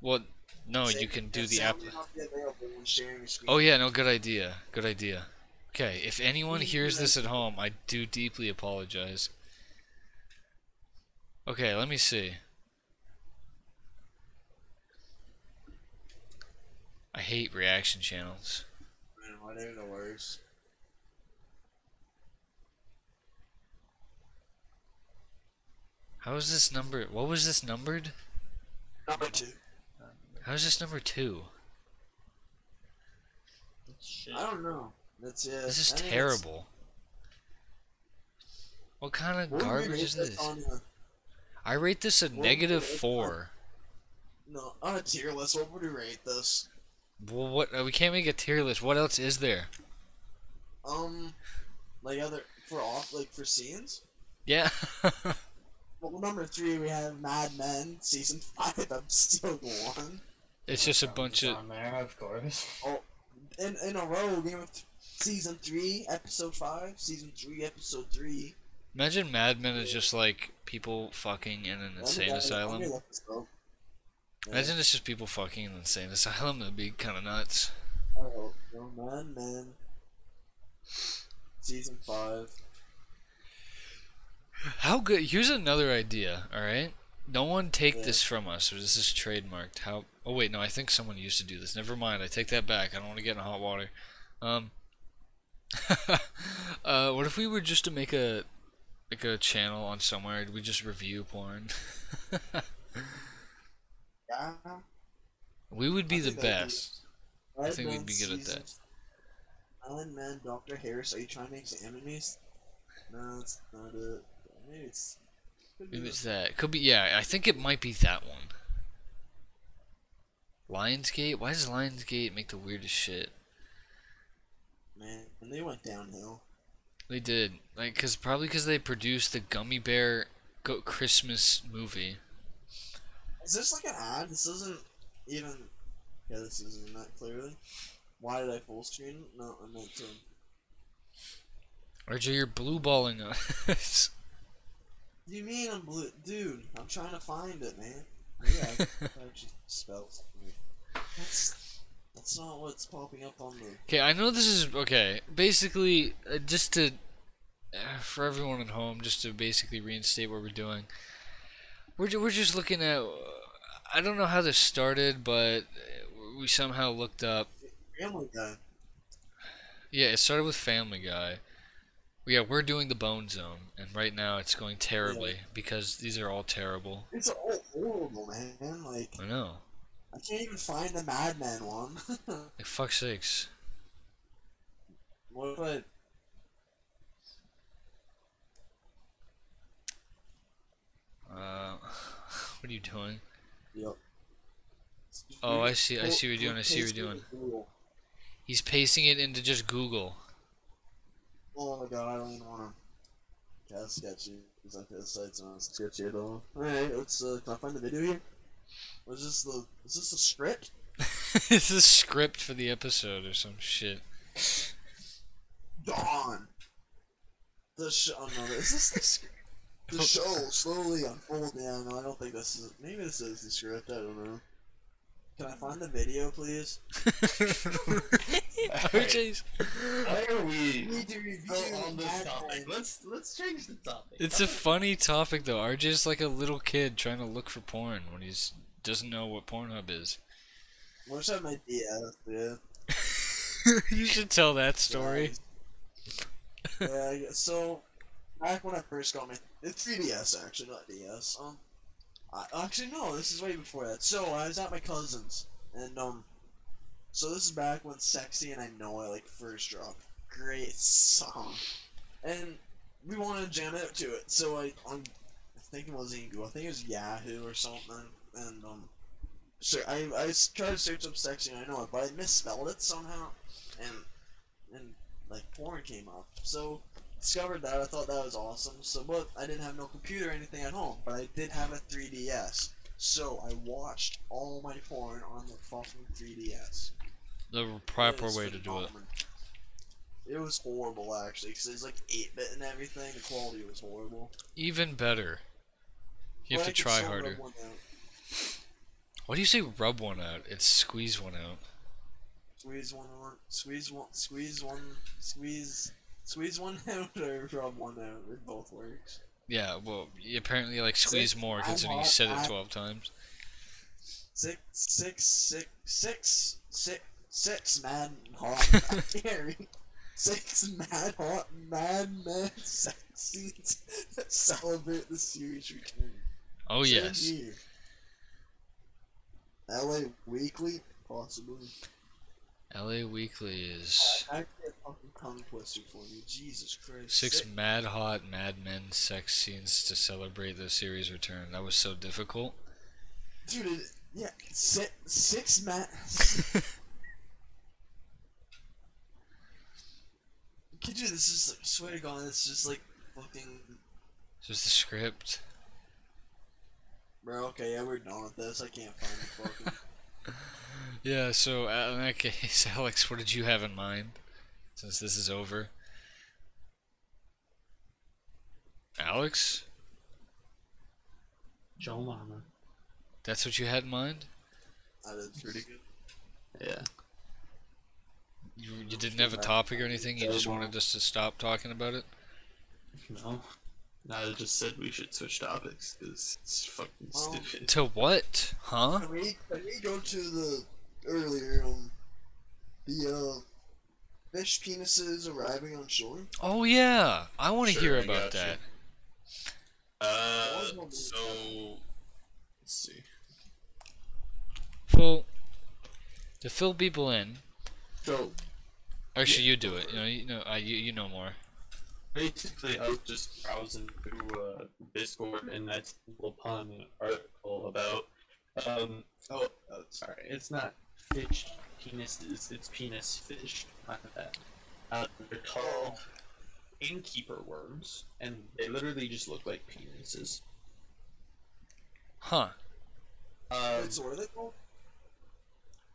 S1: Well, no,
S2: Sound-
S1: Oh, you can do
S2: that
S1: the app.
S2: sound may not be available when sharing a screen.
S1: Oh yeah, no, good idea. Good idea. Okay, if anyone
S2: Mm,
S1: hears
S2: good
S1: this at home, I do deeply apologize. Okay, let me see. I hate reaction channels.
S2: I know, I didn't know worse.
S1: How is this number? What was this numbered?
S2: Number two.
S1: How is this number two?
S4: Shit.
S2: I don't know. That's yeah.
S1: This is
S2: I think it's-
S1: terrible. What kind of
S2: What do we
S1: garbage
S2: rate
S1: is this?
S2: On a,
S1: I rate this a
S2: would
S1: negative
S2: we rate this on?
S1: four.
S2: no, on a tier list, what would we rate this?
S1: Well, what? uh, We can't make a tier list. What else is there?
S2: Um, like other for off like for scenes.
S1: Yeah.
S2: Well, number three we have Mad Men season five episode one.
S1: It's just a bunch of
S4: on there, of course.
S2: In in a row, we have season three episode five, season three episode three.
S1: imagine Mad Men is just like people fucking in an insane
S2: Another-
S1: asylum.
S2: another episode. Yeah.
S1: Imagine it's just people fucking in an insane asylum. That'd be kind of nuts.
S2: Oh, no, Mad Men season five.
S1: How good? Here's another idea. All right. No one take
S2: Yeah.
S1: this from us, or this is trademarked. How? Oh wait, no. I think someone used to do this. Never mind. I take that back. I don't want to get in hot water. Um. uh, what if we were just to make a like a channel on somewhere? We just review porn.
S2: Yeah.
S1: we would be
S2: I
S1: the
S2: think that'd be-
S1: best.
S2: Mad
S1: think we'd
S2: Men
S1: be good at
S2: season- Mad Men, Doctor Harris. Are you trying to make some enemies? No, it's not it. Maybe it's. could be
S1: Maybe
S2: the-
S1: it's that. Could be. Yeah, I think it might be that one. Lionsgate. Why does Lionsgate make the weirdest shit?
S2: Man, and they went downhill.
S1: They did like cause probably because they produced the Gummy Bear Go- Christmas movie.
S2: Is this like an ad? This isn't even. Yeah, this isn't that clearly. Why did I full screen? it? No, I meant to.
S1: RJ, you're blue balling us.
S2: You mean I'm blue, dude? I'm trying to find it, man. Yeah, I I just spelled something. That's that's not what's popping up on the.
S1: Okay, I know this is okay. Basically, uh, just to uh, for everyone at home, just to basically reinstate what we're doing. We're ju- we're just looking at. I don't know how this started, but uh, we somehow looked up
S2: Family Guy.
S1: Yeah, it started with Family Guy. Yeah, we're doing the Bone Zone, and right now it's going terribly because these are all terrible.
S2: It's all horrible, man. Like
S1: I know.
S2: I can't even find the Mad Men one.
S1: Like fuck sakes.
S2: what if I?
S1: Uh, what are you doing?
S2: Yep.
S1: Oh, I see. I see what you're doing. I see what you're doing.
S2: doing.
S1: He's pasting it into just Google.
S2: Oh my god, I don't even want to. Yeah, that's sketchy. It's like the site's not sketchy at all. Alright, let's, uh, can I find the video here? Was this the is this the script?
S1: it's a script for the episode or some shit.
S2: Dawn. The show. Oh no, is this the script? The show slowly unfolding. Yeah, no, I don't think this is. Maybe this is the script. I don't know. Can I find the video, please?
S1: OJ's.
S3: Why are we
S2: need to review
S3: still on this
S2: Mad
S3: topic?
S2: Men.
S3: Let's let's change the topic.
S1: It's a funny topic though. RJ's like a little kid trying to look for porn when he doesn't know what Pornhub is.
S2: Wish I might be out. Yeah.
S1: you should tell that story.
S2: yeah, I guess- so back when I first got my it's 3DS actually, not DS. Um, I, actually no, this is way before that. So I was at my cousin's, and um, so this is back when "Sexy" and I Know It like first dropped. Great song, and we wanted to jam out to it. So I on, I think it was Ingo, I think it was Yahoo or something, and um. Sure, I, I s- tried to search up sexy and I know it, but I misspelled it somehow, and and like porn came up. So discovered that I thought that was awesome. So but I didn't have no computer or anything at home, but I did have a 3DS. So I watched all my porn on the fucking 3DS.
S1: The proper
S2: was
S1: way to do it.
S2: phenomenal. It was horrible actually, because it's like 8-bit and everything. The quality was horrible.
S1: Even better. You have to
S2: But I could
S1: try
S2: still rub
S1: harder.
S2: one out.
S1: Why do you say rub one out? It's squeeze one out.
S2: Squeeze one, out- squeeze one, squeeze one, squeeze, squeeze one out or rub one out. It both works.
S1: Yeah, well, you apparently like squeeze more
S2: I'm
S1: considering you
S2: all-
S1: said it
S2: I-
S1: 12 times.
S2: Six, six, six, six, six, six mad hot. I can't read. Six mad hot mad men sexy that celebrate the series return.
S1: Oh,
S2: Same
S1: yes.
S2: year. LA Weekly, possibly.
S1: LA Weekly is
S2: Actually, a fucking tongue twister for me. Jesus Christ.
S1: six mad hot Mad Men sex scenes to celebrate the series return. That was so difficult.
S2: Dude, it, yeah, six, six mad. Dude, this is like, I swear to God, it's just like fucking.
S1: Just the script.
S2: Bro, okay, yeah, we're done with this. I can't find the fucking.
S1: Yeah, so uh, in that case, Alex, what did you have in mind since this is over? Alex?
S3: Joe Mama.
S1: That's what you had in mind?
S2: That is pretty good.
S3: Yeah.
S1: You, you didn't have a topic or anything? You just wanted us to stop talking about it?
S3: No. I just said we should switch topics because it's fucking
S2: Well,
S3: stupid.
S1: To what? Huh?
S2: Can we, can we go to the earlier um, the uh, fish penises arriving on shore?
S1: Oh yeah, I want to
S3: Sure,
S1: hear
S3: I
S1: about
S3: gotcha.
S1: that.
S3: Uh, so let's see.
S1: Well, to fill people in,
S3: So
S1: actually, you do it. You know, you know, I, you, you know more.
S3: basically, I was just browsing through uh, Discord and I stumbled upon an article about. Um, oh, oh, sorry, it's not fish penises, it's penis fish. My bad. Uh, they're called innkeeper worms, and they literally just look like penises.
S1: Huh?
S3: Um,
S2: That's what are they called?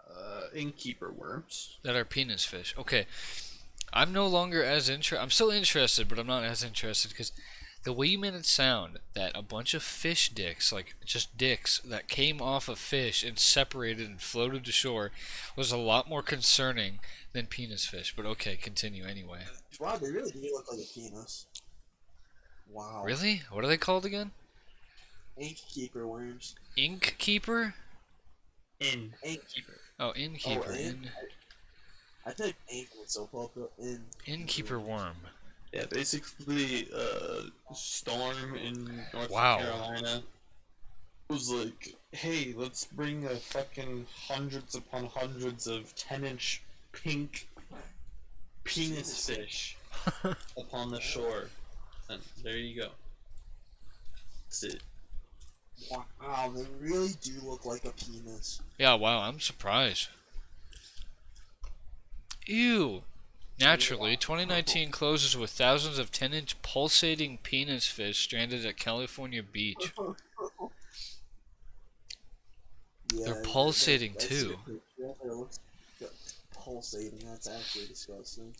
S3: uh, innkeeper worms.
S1: That are penis fish. Okay, I'm no longer as inter. I'm still interested, but I'm not as interested because the way you made it sound that a bunch of fish dicks, like just dicks that came off a fish and separated and floated to shore, was a lot more concerning than penis fish. But okay, continue anyway.
S2: Wow, they really do look like a penis. Wow.
S1: Really? What are they called again?
S2: Innkeeper worms.
S1: Ink keeper?
S3: In
S2: Ink.
S1: Oh, innkeeper.
S2: Oh,
S1: in-
S2: in- I think ink was so popular in.
S1: Innkeeper worm.
S3: Yeah, basically, uh, Storm in North
S1: Wow.
S3: Carolina was like, hey, let's bring a fucking hundreds upon hundreds of 10 inch pink penis fish upon the shore. And there you go. That's it.
S2: Wow, they really do look like a penis.
S1: Yeah, wow, I'm surprised. Ew. Naturally, 2019 closes with thousands of 10 inch pulsating penis fish stranded at California Beach.
S2: Yeah,
S1: They're
S2: I- I-
S1: pulsating,
S2: I see a
S1: too.
S2: picture. It looks pulsating. That's actually disgusting.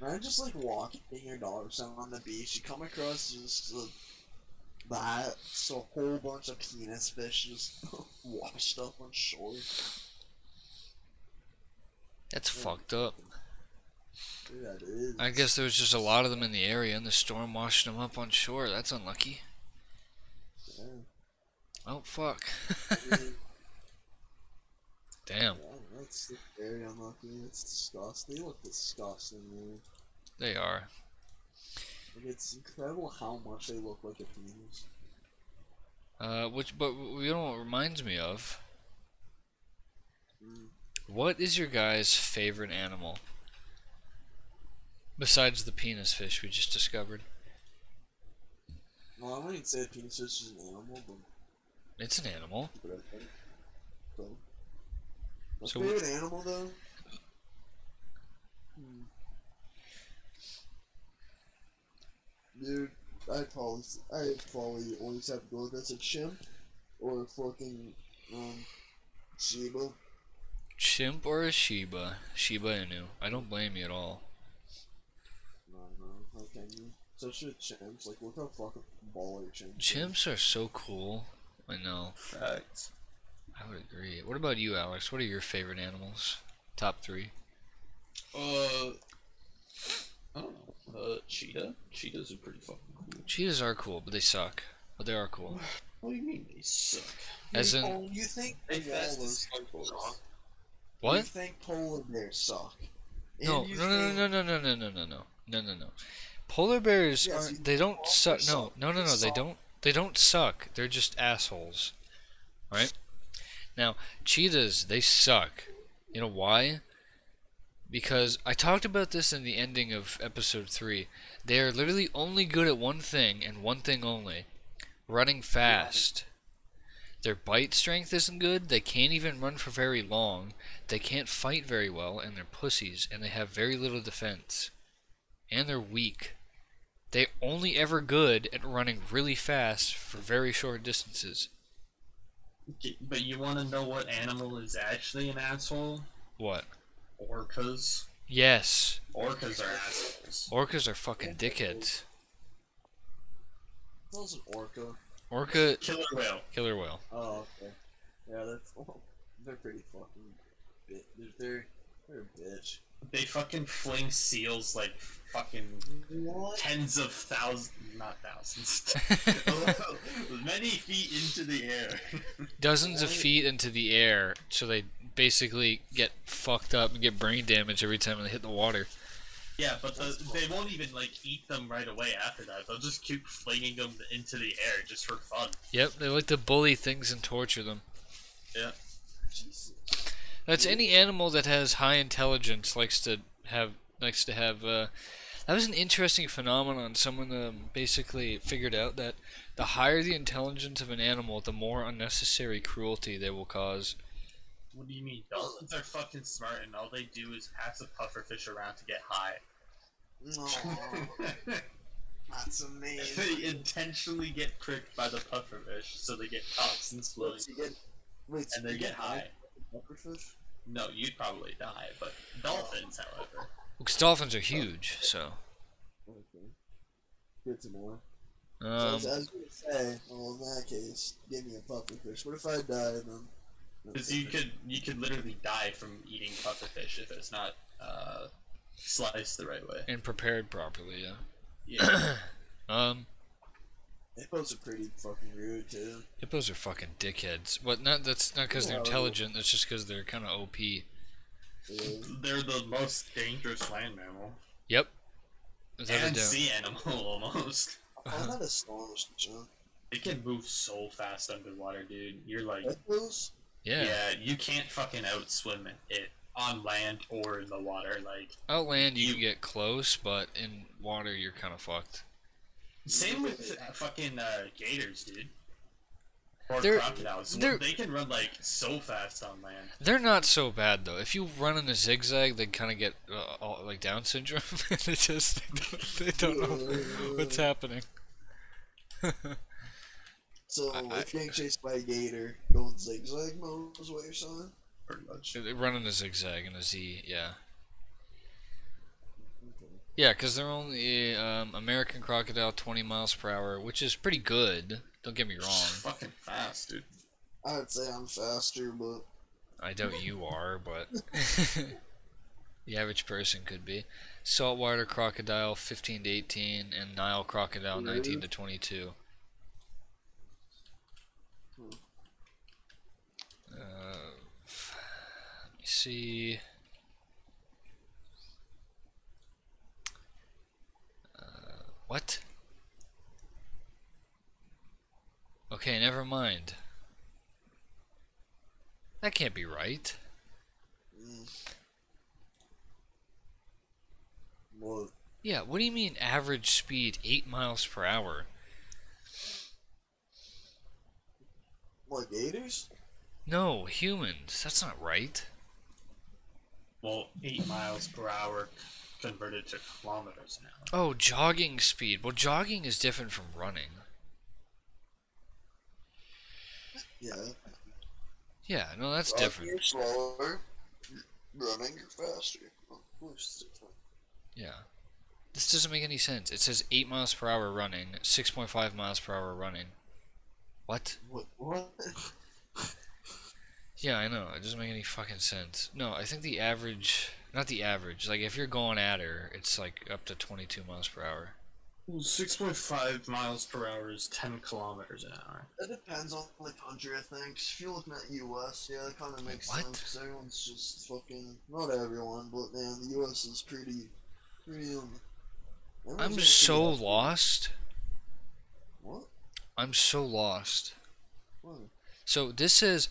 S2: Imagine just like walking your dog or something on the beach. You come across just uh, that, just a whole bunch of penis fish just washed up on shore.
S1: That's fucked up.
S2: Dude, that is.
S1: I guess there was just a lot of them in the area, and the storm washed them up on shore. That's unlucky.
S2: yeah.
S1: Oh fuck.
S2: I mean,
S1: Damn,
S2: yeah, that's very unlucky. That's disgusting. They look disgusting, man.
S1: they are.
S2: Like, it's incredible how much they look like a penis.
S1: Uh, which, but w- you know what reminds me of?
S2: Mm.
S1: What is your guy's favorite animal? Besides the penis fish we just discovered,
S2: Well, I wouldn't say a penis fish is an animal, but
S1: it's an animal.
S2: But I think so. My
S1: So
S2: favorite animal, though. Hmm. Dude, I probably, I probably always have to go against a chimp or a fucking um, Shiba.
S1: Chimp or a Shiba? Shiba Inu. I don't blame you at all.
S2: No, no, how can you? Especially with chimps, like look how fucking baller chimps. are.
S1: Chimps are so cool. I know.
S3: Facts.
S1: I would agree. What about you, Alex? What are your favorite animals? Top three.
S3: Uh, I don't know. Uh, cheetah. Cheetahs are pretty fucking cool.
S1: Cheetahs are cool, but they suck. But they are cool.
S3: What do you mean they suck?
S1: As in,
S2: Oh, you think
S3: They
S2: koalas
S3: fast as fuck.
S2: suck? You
S1: what?
S2: think polar bears suck? And
S1: No,
S2: you
S1: no, no,
S2: think-
S1: no, no, no, no, no, no, no, no, no, no. Polar bears
S2: Yes, you
S1: aren't. They don't
S2: call
S1: suck. No,
S2: yourself
S1: no, no, no. They
S2: soft.
S1: don't. They don't suck. They're just assholes, right? Now, cheetahs. They suck. You know why? Because I talked about this in the ending of episode three. They are literally only good at one thing and one thing only: running fast. Their bite strength isn't good. They can't even run for very long. They can't fight very well, and they're pussies, and they have very little defense and they're weak. They're only ever good at running really fast for very short distances.
S3: G- But you want to know what animal is actually an asshole?
S1: What?
S3: Orcas.
S1: Yes,
S3: Orcas are assholes.
S1: orcas are fucking dickheads.
S2: That was an orca.
S1: Orca,
S3: Killer whale.
S1: killer whale.
S2: Oh, okay. Yeah, that's. they're pretty fucking. Bit, they're, they're, they're a bitch.
S3: They fucking fling seals like fucking
S2: What?
S3: tens of thousands, not thousands, many feet into the air.
S1: Dozens of feet into the air, so they basically get fucked up and get brain damage every time they hit the water.
S3: yeah, but the, they won't even like eat them right away after that. They'll just keep flinging them into the air just for fun.
S1: Yep, they like to bully things and torture them.
S2: Jesus.
S1: That's any animal that has high intelligence likes to have likes to have. Uh, that was an interesting phenomenon. Someone um, basically figured out that the higher the intelligence of an animal, the more unnecessary cruelty they will cause.
S3: What do you mean? Dolphins are fucking smart, and all they do is pass a pufferfish around to get high.
S2: No, that's amazing.
S3: they intentionally get pricked by the pufferfish, so they get toxins
S2: Wait,
S3: floating,
S2: so you get, wait, so
S3: and they
S2: you
S3: get high.
S2: Pufferfish?
S3: No, you'd probably die, but dolphins, however.
S1: Because dolphins are huge, so.
S2: Okay. Good to know. So
S1: Um,
S2: I was gonna say, well, in that case, give me a pufferfish. What if I die then?
S3: Because you could you could literally die from eating pufferfish if it's not uh, sliced the right way.
S1: and prepared properly, yeah.
S3: Yeah.
S1: Um,
S2: Hippos are pretty fucking rude too.
S1: hippos are fucking dickheads. But not that's not because they're
S2: No.
S1: intelligent. That's just because they're kind of OP.
S2: Yeah.
S3: They're the most dangerous land mammal
S1: Yep. Without a
S3: and
S1: doubt.
S3: sea animal almost.
S2: I'm not a storm jump.
S3: It can move so fast underwater, dude. You're like,
S2: Hippos?
S3: yeah,
S1: Yeah.
S3: you can't fucking outswim it on land or in the water. Like
S1: Outland, Oh, you
S3: You-
S1: can get close, but in water, you're kind of fucked.
S3: same with uh, fucking uh, gators, dude. Or
S1: They're-
S3: crocodiles.
S1: they're-
S3: They can run like so fast on land.
S1: They're not so bad though. If you run in a zigzag, they kind of get uh, all, like Down syndrome. they just they don't, they don't know what's happening.
S2: So
S1: I-
S2: if you ain't chased by a gator, going zigzag mode is what you're saying.
S3: Pretty much.
S1: Running a zigzag and a Z, yeah. Yeah, because they're only um, American crocodile 20 miles per hour, which is pretty good. Don't get me wrong.
S3: Fucking fast, dude.
S2: I'd say I'm faster, but
S1: I doubt you are, but the average person could be. Saltwater crocodile 15 to 18, and Nile crocodile 19 to 22.
S2: Hmm.
S1: Uh, let me see. Uh, what? Okay, never mind. That can't be right.
S2: mm, what?
S1: Yeah, what do you mean average speed 8 miles per hour?
S2: What gators?
S1: No, humans. That's not right.
S3: Well, eight miles per hour converted to kilometers an hour.
S1: Oh, jogging speed. Well, jogging is different from running.
S2: Yeah.
S1: Yeah, no, that's
S2: Well, if
S1: different.
S2: You're slower. Running, you're faster. Of course. it's different.
S1: Yeah. This doesn't make any sense. It says 8 miles per hour running, 6.5 miles per hour running. What?
S2: What? What?
S1: Yeah, I know. It doesn't make any fucking sense. No, I think the average. Not the average. Like, if you're going at her, it's like up to 22 miles per hour.
S3: Six point five miles per hour is ten kilometers an hour.
S2: It depends on the country, I think. If you're looking at U.S., yeah, that kind of makes
S1: What?
S2: sense 'cause sense. Cause everyone's just fucking. Not everyone, but man, the U.S. is pretty, pretty. Um, everyone's
S1: I'm
S2: pretty-
S1: so lost.
S2: What?
S1: I'm so lost.
S2: What?
S1: So this says,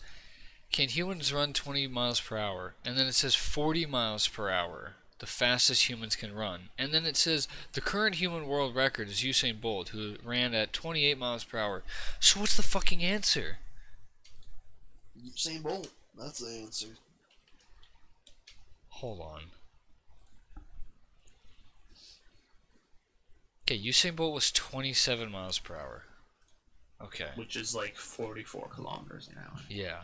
S1: can humans run 20 miles per hour? And then it says 40 miles per hour, the fastest humans can run. And then it says the current human world record is Usain Bolt, who ran at 28 miles per hour. So what's the fucking answer?
S2: Usain Bolt. That's the answer.
S1: Hold on. Okay, Usain Bolt was 27 miles per hour. Okay.
S3: which is like 44 kilometers an hour.
S1: Yeah.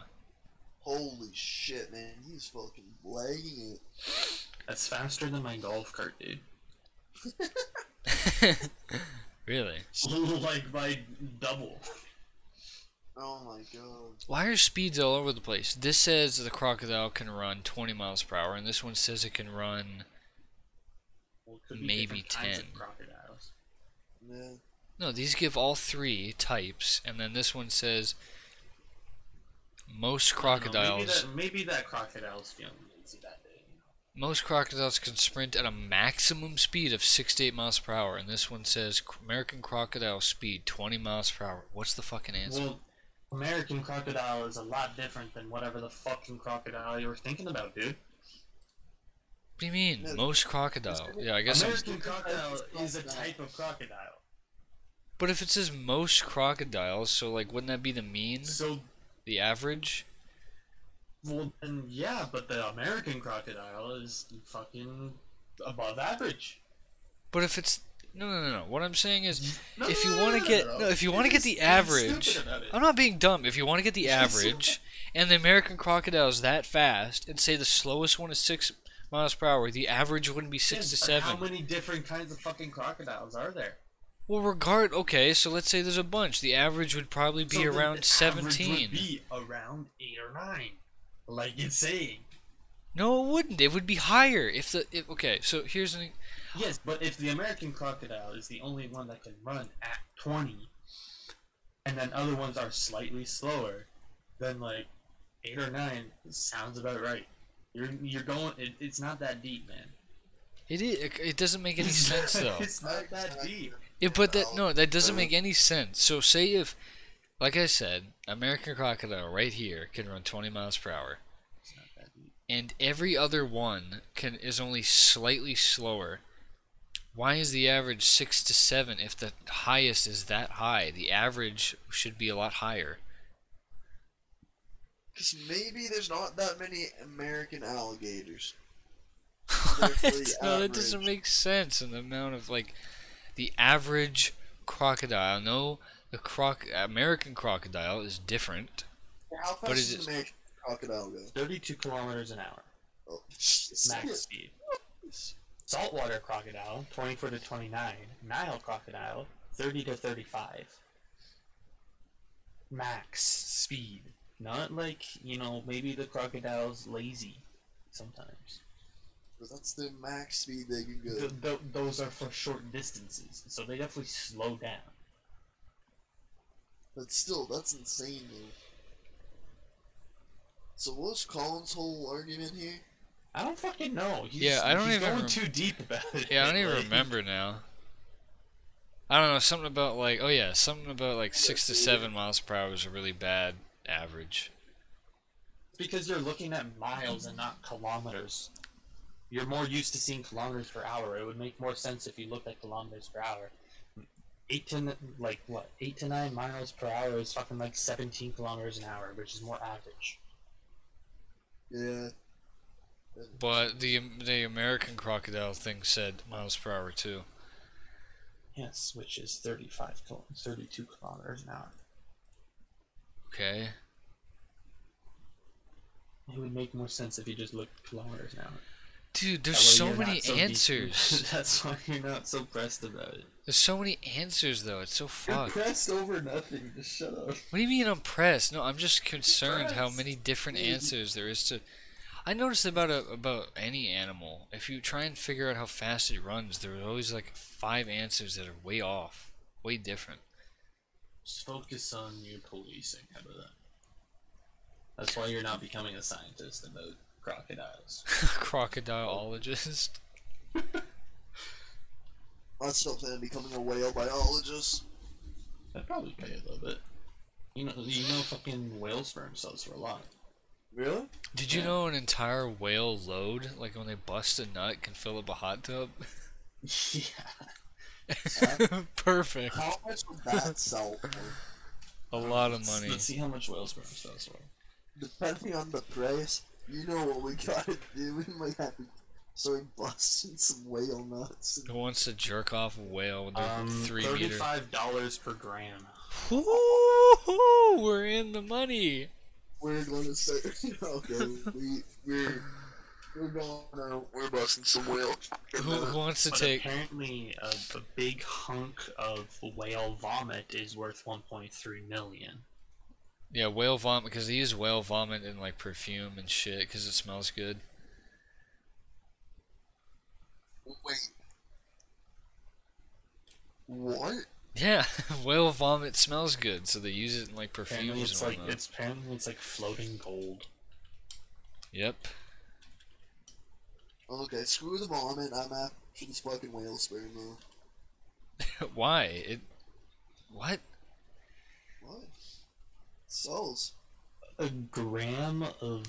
S2: Holy shit, man. He's fucking lagging it.
S3: That's faster than my golf cart, dude.
S1: really?
S3: like by double.
S2: Oh my god.
S1: Why are speeds all over the place? This says the crocodile can run 20 miles per hour, and this one says it can run.
S3: Well, it could be
S1: Maybe
S3: different kinds
S1: 10.
S3: of crocodiles.
S2: Man.
S1: No, these give all three types, and then this one says most
S3: Maybe
S1: crocodiles.
S3: that, maybe that crocodile's feeling lazy that day. you know?
S1: Most crocodiles can sprint at a maximum speed of 6 to 8 miles per hour, and this one says c- American crocodile speed 20 miles per hour. What's the fucking answer?
S3: Well, American crocodile is a lot different than whatever the fucking crocodile you were thinking about, dude.
S1: what do you mean?
S2: no.
S1: most crocodile. Yeah, I guess. I'm-
S3: American crocodile is a
S2: Crocodile.
S3: type of crocodile.
S1: but if it says most crocodiles, so like, wouldn't that be the mean,
S3: So,
S1: the average?
S3: well, then yeah, but the American crocodile is fucking above average.
S1: But if it's no, no, no, no. What I'm saying is,
S3: No,
S1: if
S3: no,
S1: you
S3: no,
S1: want
S3: no,
S1: to get
S3: no.
S1: no, if you want to
S3: You're
S1: get
S3: just
S1: the
S3: being
S1: average,
S3: stupid about it.
S1: I'm not being dumb. If you want to get the average, and the American crocodile's that fast, and say the slowest one is six miles per hour, the average wouldn't be six
S3: Yes,
S1: to
S3: but How
S1: seven.
S3: many different kinds of fucking crocodiles are there?
S1: well, regard okay. So let's say there's a bunch. The average would probably be
S3: So the- the
S1: around
S3: average
S1: seventeen.
S3: Would be around eight or nine, like it's saying.
S1: No, it wouldn't. It would be higher if the if, okay. So here's an
S3: Yes, but if the American crocodile is the only one that can run at twenty, and then other ones are slightly slower, then like eight or nine sounds about right. You're you're going. It, it's not that deep, man.
S1: it is, it, it doesn't make any sense though.
S3: it's not that deep.
S1: Yeah, but that
S2: Well,
S1: no, that doesn't
S2: uh,
S1: make any sense. So say if, like I said, American crocodile right here can run 20 miles per hour,
S3: It's not that deep.
S1: and every other one can is only slightly slower. Why is the average six to seven if the highest is that high? The average should be a lot higher.
S2: Because maybe there's not that many American alligators.
S1: What?
S2: Definitely
S1: no, that doesn't
S2: average.
S1: make sense. And the amount of like, the average crocodile. No, the a croc American crocodile is different.
S2: How fast
S1: But is
S2: does
S1: it-
S2: an American crocodile go?
S3: 32 kilometers an hour,
S2: Oh, jeez.
S3: max speed. Saltwater crocodile, 24 to 29. Nile crocodile, 30 to 35. Max speed. Not like, you know, maybe the crocodile's lazy sometimes.
S2: That's the max speed they can go.
S3: Th- th- those are for short distances, so they definitely slow down.
S2: But still, that's insane, dude. So what was Colin's whole argument here?
S3: I don't fucking know. He's,
S1: Yeah, I don't
S3: he's
S1: even
S3: going
S1: rem-
S3: too deep about it.
S1: Yeah, I don't even
S3: Like,
S1: remember now. I don't know, something about like oh yeah, something about like six to seven miles per hour is a really bad average.
S3: Because you're looking at miles and not kilometers. You're more used to seeing kilometers per hour. It would make more sense if you looked at kilometers per hour. Eight to n- like what? Eight to nine miles per hour is fucking like 17 kilometers an hour, which is more average.
S2: Yeah.
S1: But the um, the American crocodile thing said miles per hour too.
S3: Yes, which is 35 kil- 32 kilometers an hour.
S1: Okay.
S3: It would make more sense if you just looked at kilometers an hour.
S1: Dude, there's
S3: That
S1: so
S3: way you're not
S1: many
S3: deep.
S1: answers.
S3: That's why you're not so pressed about it.
S1: There's so many answers though. It's so fucked.
S3: pressed over nothing. Just shut up.
S1: What do you mean I'm pressed? No, I'm just concerned how
S3: Pressed.
S1: many different answers there is to. I noticed about a, about any animal. If you try and figure out how fast it runs, there's always like five answers that are way off, way different.
S3: Just focus on your policing. How about that? That's why you're not becoming a scientist about crocodiles.
S1: Crocodileologist.
S2: I still plan on becoming a whale biologist.
S3: That'd probably pay a little bit. You know, you know, fucking whale sperm sells for a lot.
S2: Really?
S1: Did you know an entire whale load, like when they bust a nut, can fill up a hot tub?
S3: yeah.
S1: Perfect.
S2: How much would that sell for?
S1: A lot of
S3: Let's,
S1: money.
S3: let's see how much whale sperm sells for.
S2: Depending on the price, you know what we gotta do. We might have to start busting some whale nuts.
S1: Who wants to jerk off a whale with their three meter?
S3: Um, thirty-five dollars per gram.
S1: Woo-hoo, we're in the money.
S2: We're gonna start. okay, we we're we're going out. We're busting some whale.
S1: Who wants to
S3: But
S1: take?
S3: apparently, a, a big hunk of whale vomit is worth one point three million.
S1: Yeah, whale vomit because they use whale vomit in like perfume and shit because it smells good.
S2: Wait. What?
S1: Yeah, whale vomit smells good, so they use it in like
S3: Apparently,
S1: perfumes
S3: it's
S1: and
S3: like
S1: whatnot.
S3: it's apparently it's like floating gold.
S1: Yep.
S2: Okay, screw the vomit. I'm after this fucking whale sperm now.
S1: Why it? What?
S2: What? Souls.
S3: a gram of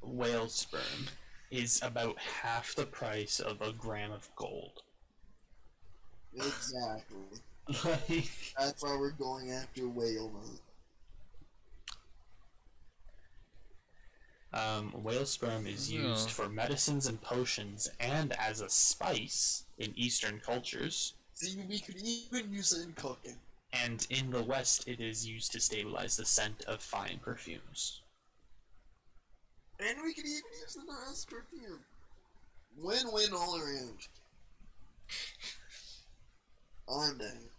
S3: whale sperm is about half the price of a gram of gold.
S2: Exactly.
S3: Like,
S2: That's why we're going after whale nuts.
S3: um, whale sperm is used
S1: Yeah.
S3: for medicines and potions and as a spice in Eastern cultures,
S2: See, we could even use it in cooking.
S3: and in the West, it is used to stabilize the scent of fine perfumes.
S2: And we could even use the as perfume. Win win all around. I'm down.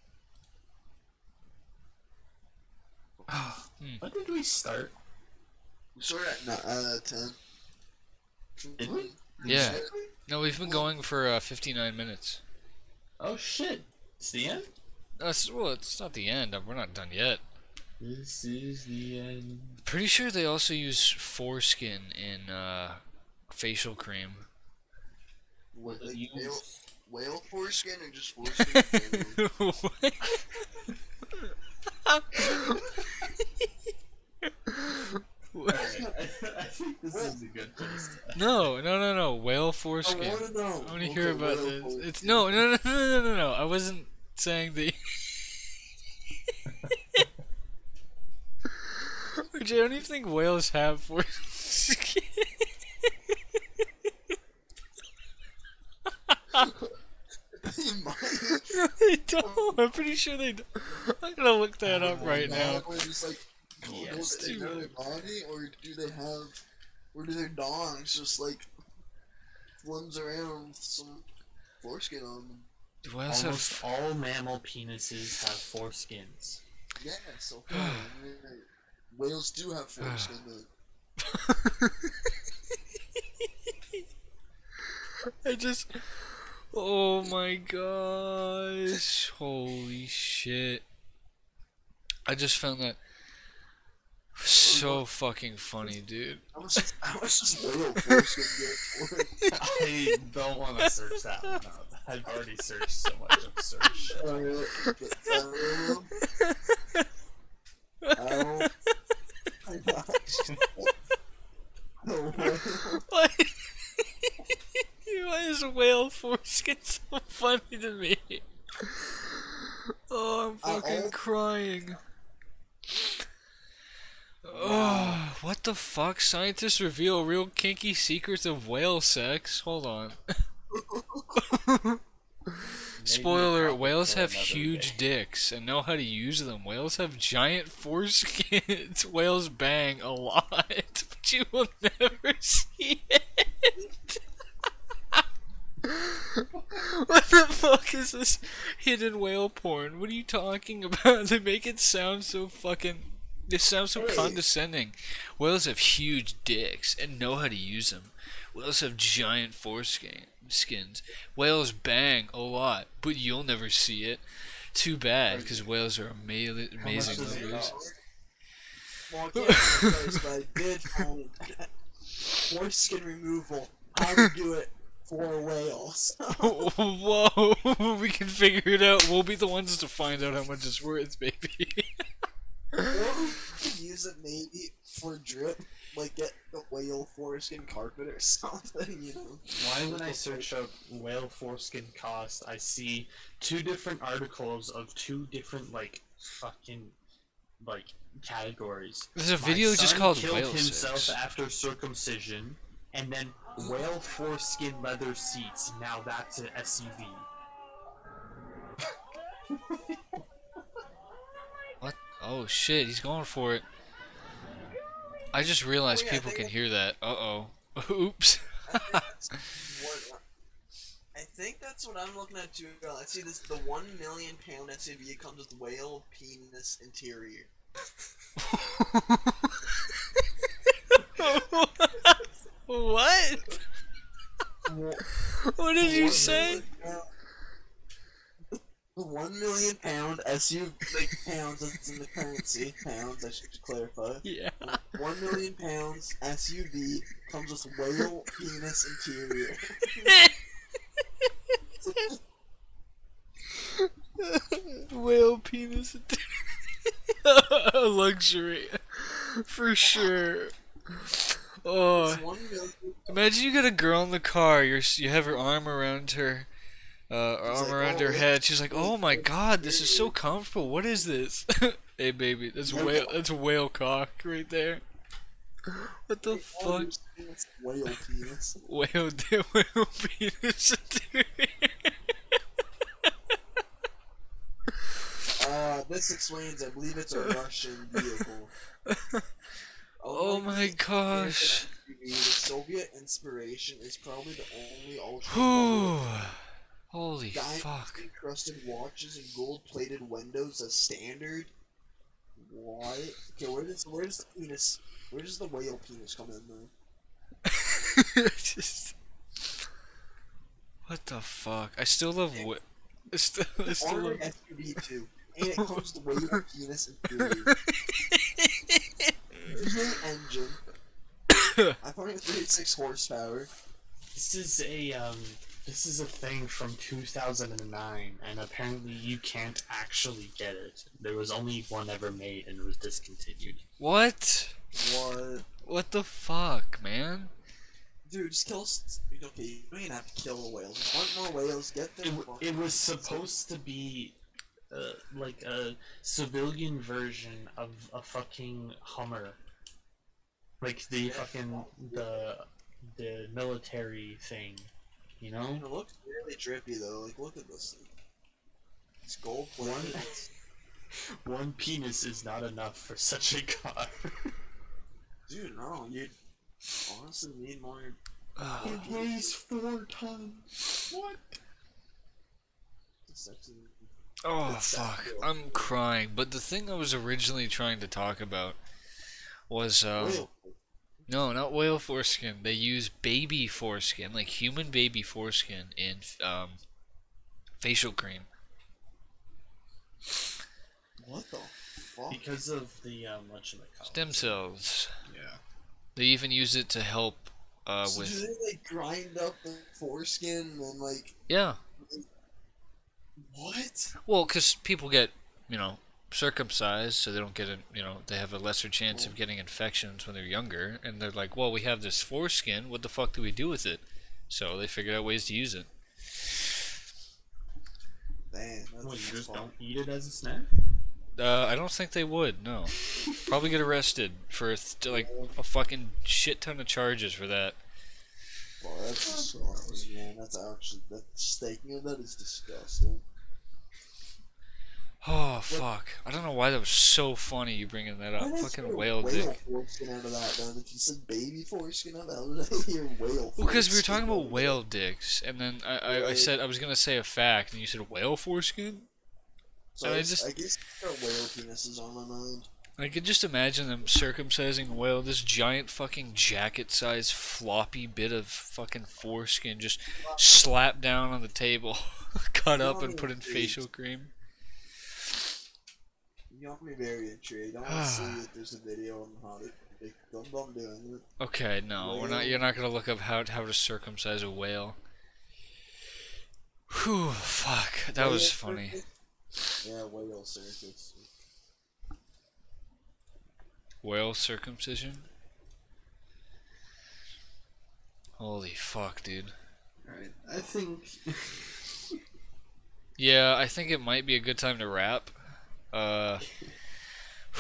S3: When did we start?
S2: We started at ni- uh, 10.
S3: Did we?
S1: Yeah.
S2: Did we?
S1: No, we've been going for uh, 59 minutes.
S3: Oh shit! It's the end.
S1: That's well, it's not the end. Uh, We're not done yet.
S3: This is the end.
S1: Pretty sure they also use foreskin in uh, facial cream.
S2: What, like
S3: You-
S2: whale, whale foreskin or just foreskin? Anyway,
S1: what?
S3: I think this is a good place. To
S1: No, no, no, no. Whale
S2: I
S1: foreskin.
S2: want to know.
S1: I want to hear about this. It's no, no, no, no, no, no, no. I wasn't saying the. Which I don't even think whales have foreskin.
S2: no.
S1: they don't. I'm pretty sure they don't. I'm gonna look that up right
S2: Now,
S1: now.
S2: Or just like, "Oh,
S1: Yes,
S2: do they know their
S1: dude.
S2: body, or do they have, or do their dongs just like, limbs around with some foreskin on them?
S1: Do I also have
S3: Almost all mammal penises have foreskins.
S2: Yeah, so come on, man. whales do have foreskin. though.
S1: I just. Oh my gosh. Holy shit. I just found that so fucking funny, dude.
S2: How much? How much does whale foreskin get for?
S3: I don't want to search that one up. I've already searched so much absurd shit.
S2: Alright, um, oh my gosh. Oh, whale.
S1: Why? Why is whale foreskin so funny to me? Oh, I'm
S2: Uh-oh.
S1: fucking crying. Oh, what the fuck? Scientists reveal real kinky secrets of whale sex. Hold on. Spoiler: Whales have huge dicks and know how to use them. Whales have giant foreskins. Whales bang a lot, but you will never see it. what the fuck is this hidden whale porn? What are you talking about? They make it sound so fucking. It sounds so condescending. Whales have huge dicks and know how to use them. Whales have giant foreskin skins. Whales bang a lot, but you'll never see it. Too bad, because whales are ama- amazing
S3: does it
S1: lovers.
S2: Well, I can't replace, but I did find foreskin removal. I would do it for whales.
S1: Whoa, we can figure it out. We'll be the ones to find out how much it's worth, baby.
S2: or we could use it maybe for drip, like get the whale foreskin carpet or something, you know.
S3: Why, when I search up whale foreskin cost, I see two different articles of two different, like, fucking, like, categories.
S1: There's a
S3: My
S1: video just
S3: son
S1: called
S3: killed
S1: Whale
S3: himself
S1: Sex.
S3: after circumcision, and then whale foreskin leather seats. Now that's an SUV.
S1: What? Oh shit, he's going for it. I just realized
S2: Oh, yeah, I
S1: people
S2: think
S1: can
S2: I-
S1: hear that. Uh oh. Oops.
S2: What- I think that's what I'm looking at too. I see this the one million pound SUV comes with whale penis interior.
S1: what? What did you say?
S2: The one million pound SUV like pounds is in the currency. Pounds, I should clarify.
S1: Yeah.
S2: One million pounds SUV comes with whale penis interior.
S1: Whale penis. Luxury. For sure. Oh.
S2: It's one million
S1: Imagine you got a girl in the car. You're s- you have her arm around her, uh, arm
S2: like,
S1: around
S2: "Oh,
S1: her
S2: look,
S1: head. She's like, "Oh my god, this is so comfortable. What is this?" hey baby, that's whale. That's whale cock right there. What the fuck?
S2: dollars penis, whale penis.
S1: Whale, di- whale penis.
S2: Uh, this explains. I believe it's a Russian vehicle.
S1: oh my gosh.
S2: The Soviet inspiration is probably the only ultra
S1: Whew. Holy fuck.
S2: encrusted watches and gold-plated windows as standard. What? Okay, where does where does the penis? Where does the whale penis come in though?
S1: Just- what the fuck? I still love. Wh- I still, I still
S2: Or
S1: love.
S2: an SUV too, and it comes with whale penis interior. V8 engine. I thought it was 36 horsepower.
S3: This is a um, this is a thing from 2009, and apparently you can't actually get it. There was only one ever made, and it was discontinued.
S1: What?
S2: What?
S1: What the fuck, man?
S2: Dude, just kill. s- Okay, you don't even have to kill the whales. Just want more whales? Get
S3: It,
S2: them.
S3: w- it was supposed to be uh, like a civilian version of a fucking Hummer, like the fucking the the military thing, you know.
S2: It looks really drippy though. Like, look at this thing. It's gold plated.
S3: One penis is not enough for such a god.
S2: Dude, no, you honestly need more.
S1: Ugh.
S3: it weighs four tons. What?
S2: It's actually-
S1: Oh
S2: It's that
S1: fuck!
S2: cool.
S1: I'm crying. But the thing I was originally trying to talk about was um,
S2: Wait,
S1: no, not whale foreskin. They use baby foreskin, like human baby foreskin, in um, facial cream.
S2: what the fuck?
S4: Because of the
S3: uh,
S4: um, what should I call
S1: Stem cells.
S3: Yeah.
S1: They even use it to help uh,
S2: so do
S1: with
S2: they like grind up the foreskin and then, like
S1: yeah.
S2: what?
S1: Well, because people get you know circumcised, so they don't get a, you know they have a lesser chance of getting infections when they're younger, and they're like, well, we have this foreskin. What the fuck do we do with it? So they figured out ways to use it.
S2: Damn, that's
S3: Well, you just
S2: fucked.
S3: don't eat it as a snack.
S1: Uh, I don't think they would. No, probably get arrested for th- like a fucking shit ton of charges for that.
S2: Well, that's disgusting, man. That's actually that staking of that is disgusting.
S1: Oh fuck! I don't know why that was so funny. You bringing that up?
S2: Why did I say
S1: Uh, Fucking whale dick.
S2: foreskin out of that, man. If you said baby foreskin out of that, how did I hear whale?
S1: Well, because we were
S2: foreskin?
S1: talking about whale dicks, and then I, I, I said I was gonna say a fact, and you said whale foreskin.
S2: So
S1: and I
S2: I,
S1: just-
S2: just, I guess I got whale penises on my mind.
S1: I could just imagine them circumcising a whale, this giant fucking jacket sized floppy bit of fucking foreskin just slapped down on the table, cut up and put in facial cream.
S2: You got me very intrigued. I want to see if there's a video on how to like, dumb dumb doing it.
S1: Okay, no, we're not you're not gonna look up how how to circumcise a whale. Whew fuck. That was
S2: Whale
S1: funny.
S2: circus? Yeah, whale circus.
S1: Whale circumcision? Holy fuck, dude.
S3: Alright, I think.
S1: Yeah, I think it might be a good time to wrap. Uh,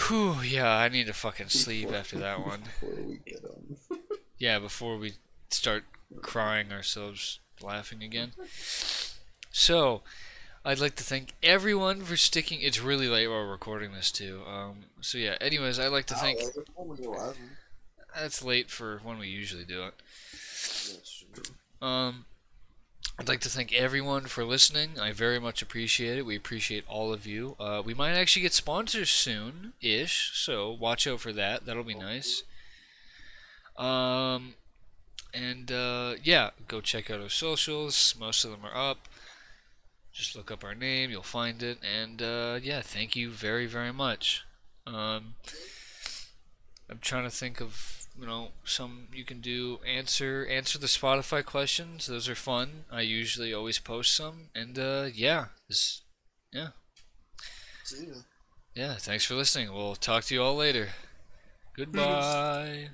S1: whew, yeah, I need to fucking sleep after that one.
S3: Before we get on.
S1: Yeah, before we start crying ourselves laughing again. So, I'd like to thank everyone for sticking. It's really late while we're recording this too. Um, so yeah. Anyways, I'd like to thank.
S2: Ow, it's only 11.
S1: That's late for when we usually do it.
S2: That's true.
S1: Um, I'd like to thank everyone for listening. I very much appreciate it. We appreciate all of you. Uh, we might actually get sponsors soon ish, so watch out for that. That'll be nice. Um, and uh, yeah, go check out our socials. Most of them are up. Just look up our name, you'll find it. And uh, yeah, thank you very, very much. Um, I'm trying to think of you know some you can do answer answer the Spotify questions. Those are fun. I usually always post some, and uh, yeah, this,
S2: See ya.
S1: yeah. Thanks for listening. We'll talk to you all later. Goodbye.